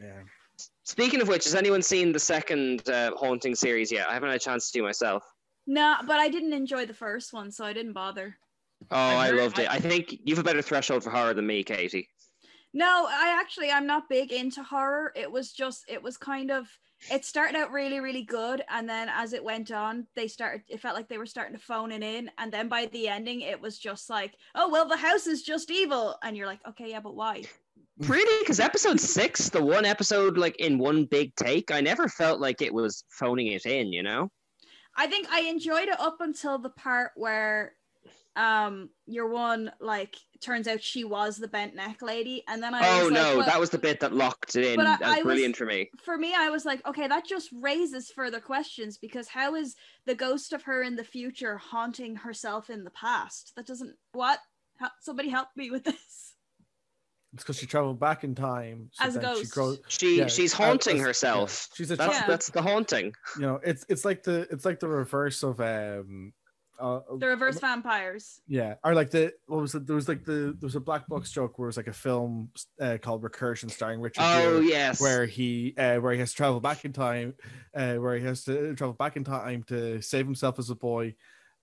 Yeah. Speaking of which, has anyone seen the second uh, Haunting series yet? I haven't had a chance to do myself. No, but I didn't enjoy the first one, so I didn't bother. Oh, I I, heard- loved it. I- I think you've a better threshold for horror than me, Katie. No, I actually I'm not big into horror. It was just it was kind of it started out really really good and then as it went on they started it felt like they were starting to phone it in and then by the ending it was just like oh well the house is just evil and you're like okay yeah but why Really? Because episode six, the one episode like in one big take, I never felt like it was phoning it in. You know? I think I enjoyed it up until the part where um your one like turns out she was the bent neck lady and then I oh was like, no, well- that was the bit that locked it in. But I- That was I was- brilliant for me. for me, I was like, okay, that just raises further questions because how is the ghost of her in the future haunting herself in the past? That doesn't what? How, somebody help me with this. It's because she traveled back in time so As a then She ghost. grows, She Yeah, she's I- haunting that's- herself. yeah, she's a That's Yeah. that's the haunting. you know, it's it's like the it's like the reverse of um, uh, The reverse vampires. yeah, or like the what was it? There was like the there was a black box joke where it was like a film uh, called Recursion starring Richard. Oh Gere, yes. Where he uh, where he has to travel back in time, uh, where he has to travel back in time to save himself as a boy,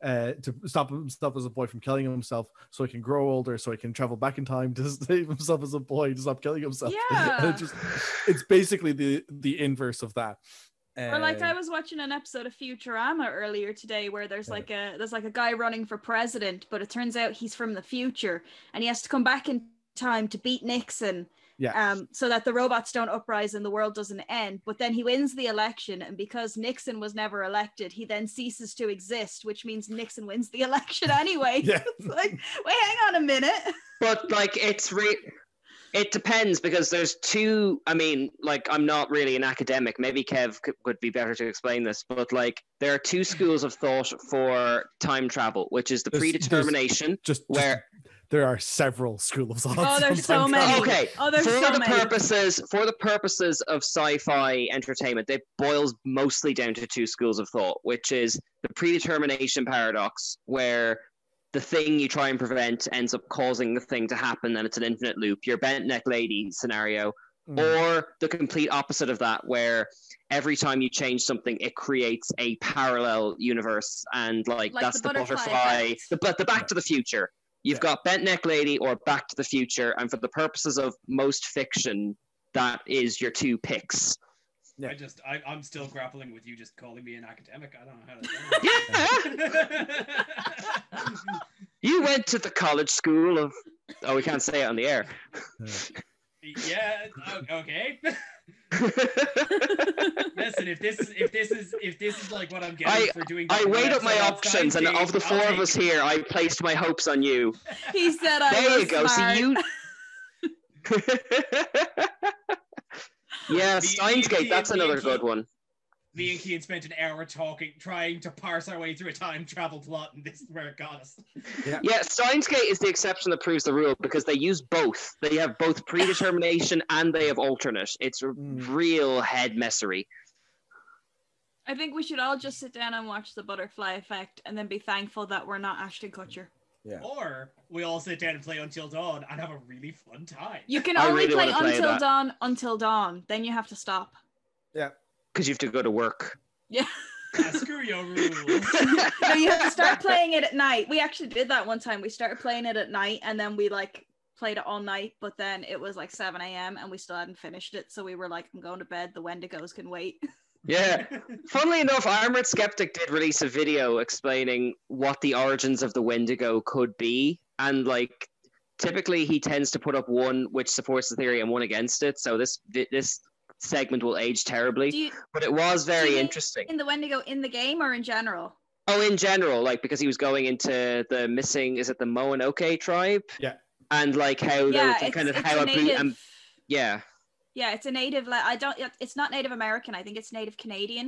uh, to stop himself as a boy from killing himself, so he can grow older, so he can travel back in time to save himself as a boy to stop killing himself. And Yeah. it just it's basically the the inverse of that. Or like I Um, was watching an episode of Futurama earlier today where there's like a there's like a guy running for president, but it turns out he's from the future and he has to come back in time to beat Nixon. Yeah. Um, so that the robots don't uprise and the world doesn't end. But then he wins the election, and because Nixon was never elected, he then ceases to exist, which means Nixon wins the election anyway. yeah. It's like, wait, hang on a minute. But like it's re- It depends because there's two. I mean, like, I'm not really an academic. Maybe Kev could, would be better to explain this, but like, there are two schools of thought for time travel, which is the There's- there's- predetermination. Just Where- just- there are several school of thought. Oh, there's so sometimes. many. Okay, Oh, there's for so the many. purposes for the purposes of sci-fi entertainment, it boils mostly down to two schools of thought, which is the predetermination paradox, where the thing you try and prevent ends up causing the thing to happen, and it's an infinite loop. Your bent neck lady scenario, Hmm. Mm. or the complete opposite of that, where every time you change something, it creates a parallel universe, and like, Like that's the the butterfly butterfly, effect. the, but the Back to the Future. You've Yeah. got Bent Neck Lady or Back to the Future, and for the purposes of most fiction, that is your two picks. Yeah. I just, I, I'm still grappling with you just calling me an academic. I don't know how to. Yeah, do it. you went to the college school of. Oh, we can't say it on the air. yeah. o- Okay. Listen, if this is if this is if this is like what I'm getting for doing, I that weighed up my website on options, and Skype, of the I'll four take of us it. here, I placed my hopes on you. He said I There was you go. smart. See you. yeah, The- Steins the- Gate. the- That's the another key- good one. Me and Kean spent an hour talking, trying to parse our way through a time travel plot, and this is where it got us. Yeah, Steins Gate is the exception that proves the rule because they use both. They have both predetermination and they have alternate. It's r- Hmm. Mm. real head messery. I think we should all just sit down and watch the butterfly effect and then be thankful that we're not Ashton Kutcher. Yeah. Or we all sit down and play Until Dawn and have a really fun time. You can I only really play wanna play Until that. Dawn until dawn. Then you have to stop. Because you have to go to work. Yeah. Ah, screw your rules. no, you have to start playing it at night. We actually did that one time. We started playing it at night and then we like played it all night, but then it was like 7 a.m. and we still hadn't finished it. So we were like, I'm going to bed. The Wendigos can wait. yeah. Funnily enough, Armored Skeptic did release a video explaining what the origins of the Wendigo could be. And like typically he tends to put up one which supports the theory and one against it. So this this segment will age Do terribly. you But it was do very you mean interesting. in the Wendigo in the game or in general? Oh, in general, like because he was going into the missing, is it the Moanoke tribe? Yeah. And like how yeah, the, the it's, kind of it's how a a boot native. and yeah, yeah it's a native le- i don't it's not native american i think it's native canadian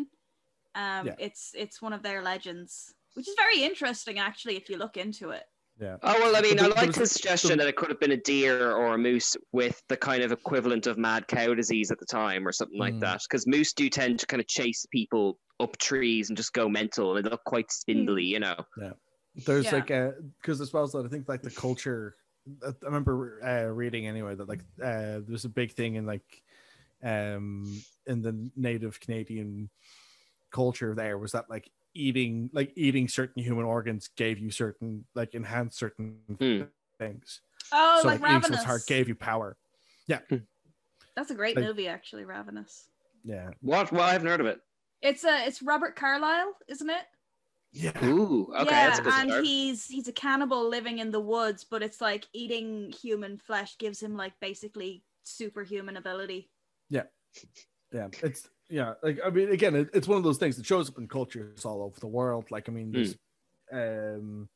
um Yeah. it's it's one of their legends which is very interesting actually if you look into it Oh well, I mean, there- I there like was the a- suggestion that it could have been a deer or a moose with the kind of equivalent of mad cow disease at the time or something like Mm. that, because moose do tend to kind of chase people up trees and just go mental and they look quite spindly, you know. there's Yeah. like a because as well as that i think like the culture i I remember uh, reading anyway that like uh there's a big thing in like um in the native canadian culture there was that like eating like eating certain human organs gave you certain like enhanced certain Hmm. things oh so like, like eating someone's heart ravenous gave you power that's a great like- movie actually ravenous yeah What? Well, I haven't heard of it. it's a it's robert carlyle isn't it yeah Ooh, okay, that's a good yeah start. and he's he's a cannibal living in the woods but it's like eating human flesh gives him like basically superhuman ability yeah it's yeah like i mean again it, it's one of those things that shows up in cultures all over the world like i mean there's um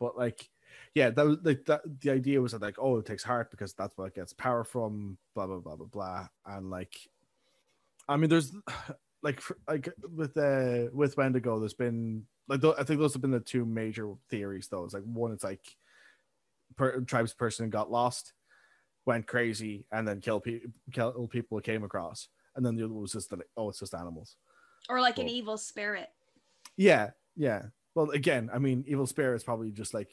but like yeah that was like that the idea was that like oh it takes heart because that's what it gets power from blah blah blah blah blah and like i mean there's like for, like with uh with wendigo there's been like tho- i think those have been the two major theories though it's like one it's like per, tribes person got lost went crazy and then kill pe- kill people came across and then the other one was just that oh it's just animals or like an Cool. evil spirit yeah yeah well again i mean evil spirit is probably just like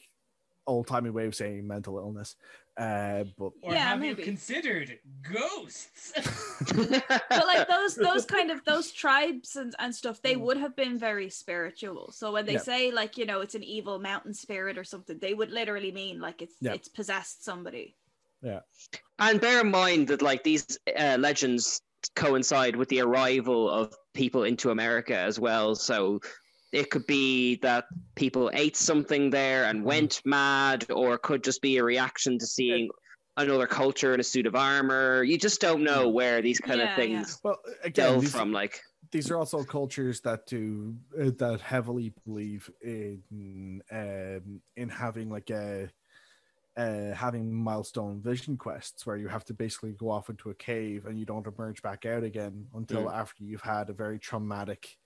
old-timey way of saying mental illness uh but Or Yeah, have maybe. you considered ghosts? but like those those kind of those tribes and, and stuff they Mm. would have been very spiritual so when they Yeah. say like you know it's an evil mountain spirit or something they would literally mean like it's Yeah. it's possessed somebody And bear in mind that like these uh, legends coincide with the arrival of people into America as well. So it could be that people ate something there Mm-hmm. and went mad, or it could just be a reaction to seeing another culture in a suit of armor. You just don't know where these kind Yeah, of things well again delve these, from. Like, these are also cultures that do uh, that heavily believe in um in having like a uh, having milestone vision quests where you have to basically go off into a cave and you don't emerge back out again until Mm. after you've had a very traumatic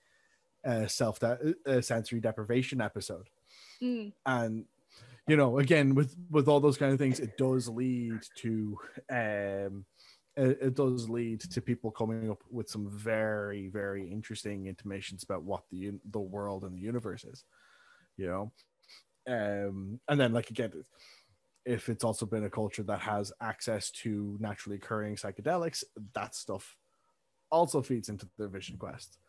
uh, self de- uh, sensory deprivation episode Mm. and you know again with with all those kind of things it does lead to um it, it does lead to people coming up with some very very interesting intimations about what the un- the world and the universe is you know um and then like again if it's also been a culture that has access to naturally occurring psychedelics that stuff also feeds into their vision quest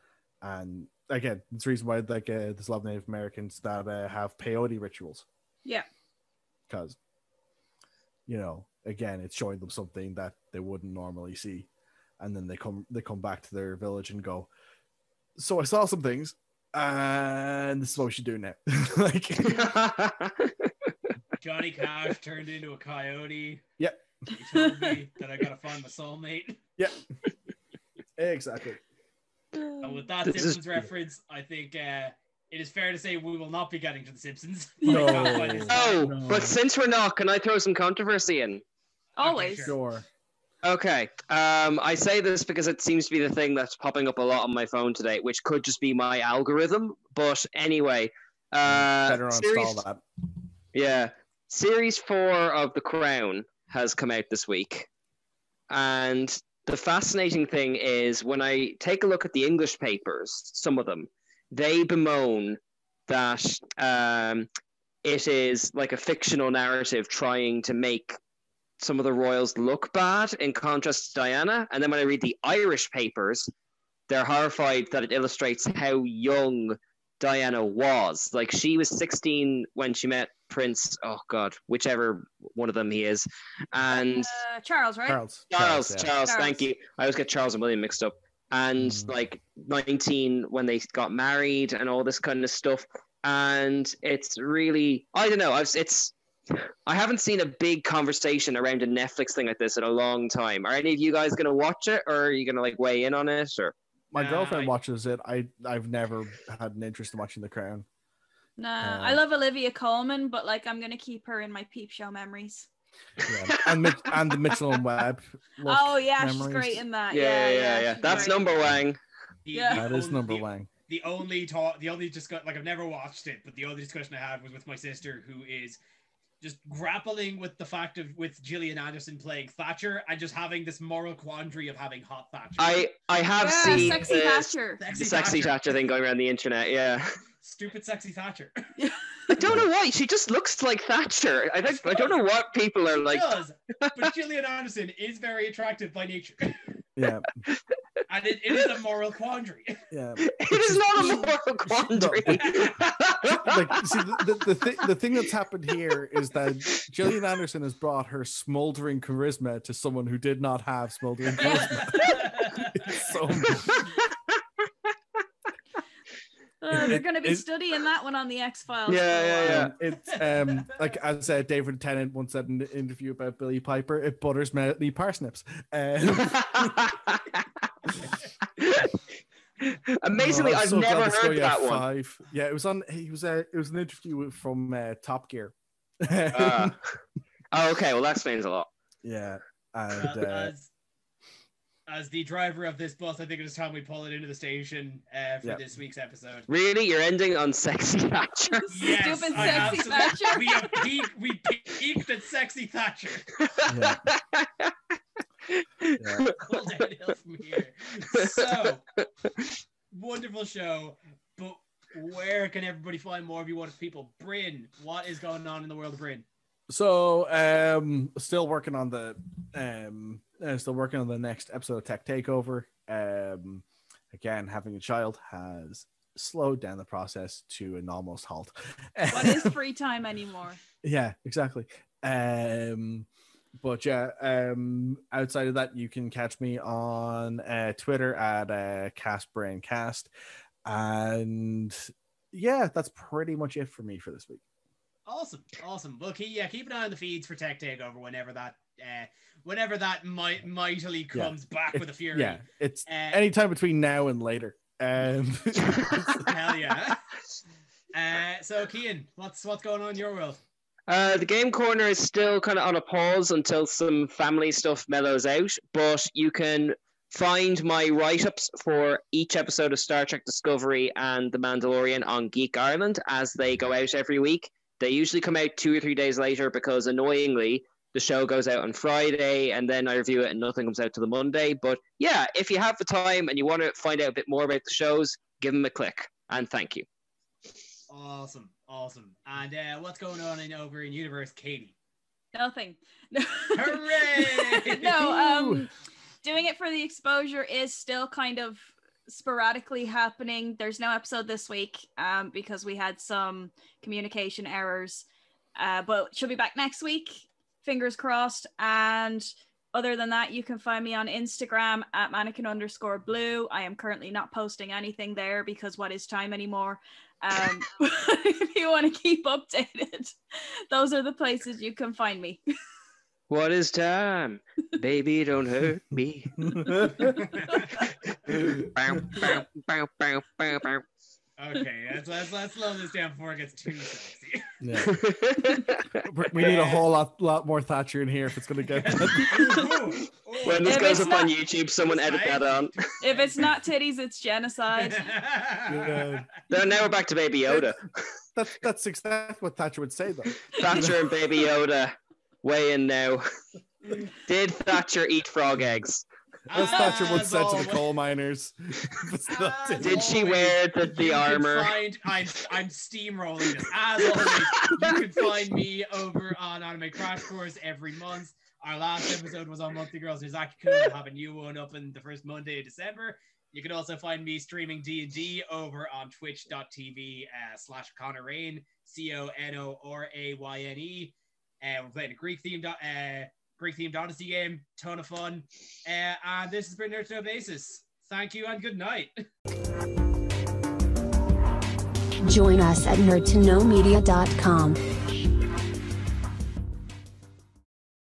and again, it's the reason why like uh, there's a lot of Native Americans that uh, have peyote rituals. Yeah. Because, you know, again, it's showing them something that they wouldn't normally see, and then they come they come back to their village and go, so I saw some things, and this is what we should do now. like, Johnny Cash turned into a coyote. Yeah. He told me that I gotta find my soulmate. exactly. And with that This is- Simpsons reference, I think uh, it is fair to say we will not be getting to the Simpsons. No. I can't find this- oh, No. but since we're not, can I throw some controversy in? Always. sure. Sure. Okay. Um, I say this because it seems to be the thing that's popping up a lot on my phone today, which could just be my algorithm. But anyway, uh, Better series, uninstall that. yeah, series four of The Crown has come out this week, and the fascinating thing is when I take a look at the English papers, some of them, they bemoan that um, it is like a fictional narrative trying to make some of the royals look bad in contrast to Diana. And then when I read the Irish papers, they're horrified that it illustrates how young Diana was. Like she was 16 when she met Prince, oh God, whichever one of them he is. And. Uh, Charles, right? Charles. Charles, Charles, yeah. thank Charles. you. I always get Charles and William mixed up. And Mhm. like 19 when they got married and all this kind of stuff. And it's really, I don't know. I've, it's, I haven't seen a big conversation around a Netflix thing like this in a long time. Are any of you guys going to watch it or are you going to like weigh in on it? Or My Nah, girlfriend I- watches it. I I've never had an interest in watching The Crown. Nah, Uh, I love Olivia Coleman, but like I'm gonna keep her in my peep show memories. Yeah. and Mitch, and the Mitchell and Webb. look. oh yeah, she's memories. great in that. yeah, yeah, yeah. she's That's great. number one. The- Yeah. the That is only- number the- one. the only talk the only discuss like i've never watched it but the only discussion i had was with my sister who is just grappling with the fact of with gillian anderson playing thatcher and just having this moral quandary of having hot thatcher I, I have yeah, seen sexy this Thatcher. sexy, Thatcher thing going around the internet. Yeah. stupid sexy thatcher I don't know why. She just looks like Thatcher. I, think, I don't know what people are like. does but gillian anderson is very attractive by nature Yeah, and it, it is a moral quandary yeah. It is not a moral quandary. Like, see, the, the, the, thi- the thing that's happened here is that Gillian Anderson has brought her smoldering charisma to someone who did not have smoldering charisma. So, Uh, they're gonna be Is- studying that one on the X Files. Yeah, yeah, yeah. um, it's um, like as uh, David Tennant once said in an interview about Billy Piper, it butters me parsnips. Um, Amazingly, oh, I'm I've so glad never this is heard going out that one. Five. Yeah, it was on. He was. Uh, it was an interview with- from uh, Top Gear. Ah. oh, okay, well that explains a lot. yeah, Uh, and uh, as, as the driver of this bus i think it is time we pull it into the station uh, for Yeah. this week's episode Really, you're ending on sexy Thatcher. Yes, Stupid I absolutely- sexy Thatcher. we have peaked, we peaked at sexy Thatcher. yeah. All downhill from here. So wonderful show, but where can everybody find more of you wonderful people? Bryn, what is going on in the world of Bryn? So, um, still working on the, um, uh, still working on the next episode of Tech Takeover. Um, again, having a child has slowed down the process to an almost halt. What is free time anymore? yeah, exactly. Um, but yeah, um, outside of that, you can catch me on uh, Twitter at uh, CastBrainCast, and yeah, that's pretty much it for me for this week. Awesome, awesome. Well, keep, yeah, keep an eye on the feeds for Tech Takeover whenever that, uh, whenever that might mightily comes back with a fury. Yeah, it's Uh, anytime between now and later. Um, hell yeah. Uh, so, Kean, what's what's going on in your world? Uh, the game corner is still kind of on a pause until some family stuff mellows out, but you can find my write ups for each episode of Star Trek Discovery and The Mandalorian on Geek Ireland as they go out every week. They usually come out two or three days later because annoyingly, the show goes out on Friday and then I review it and nothing comes out to the Monday. But yeah, if you have the time and you want to find out a bit more about the shows, give them a click and thank you. Awesome, awesome. And uh, what's going on in over in universe, Katie? Nothing. No. Hooray! no, um, doing it for the exposure is still kind of sporadically happening. There's no episode this week um, because we had some communication errors, uh, but she'll be back next week. Fingers crossed. And other than that, you can find me on Instagram at mannequin underscore blue. I am currently not posting anything there because what is time anymore? Um, if you want to keep updated, those are the places you can find me. What is time? Baby, don't hurt me. Bow, bow, bow, bow, bow, bow. Okay, let's, let's, let's slow this down before it gets too sexy. Yeah. We- We need a whole lot, lot more Thatcher in here if it's going to get. Ooh, ooh. when this If goes it's up on not- YouTube, someone edit that on. If it's not titties, it's genocide. Yeah. No, now we're back to Baby Yoda. That's, that's exactly what Thatcher would say, though. Thatcher and Baby Yoda weigh in now. Did Thatcher eat frog eggs? That's Ah, Thatcher would As say to always- the coal miners. As Did she wear the, the you can armor? Find, I'm, I'm steamrolling this. As always, you can find me over on Anime Crash Course every month. Our last episode was on Monthly Girls Nozaki Kun. We'll have a new one up in the first Monday of December. You can also find me streaming D&D over on twitch.tv uh, slash Connor Rain, C-O-N-O-R-A-Y-N-E. Uh, we're playing a Greek-themed uh, Greek-themed Odyssey game. Ton of fun. Uh, and this has been Nerd to No Basis. Thank you and good night. Join us at nerdtoknowmedia.com.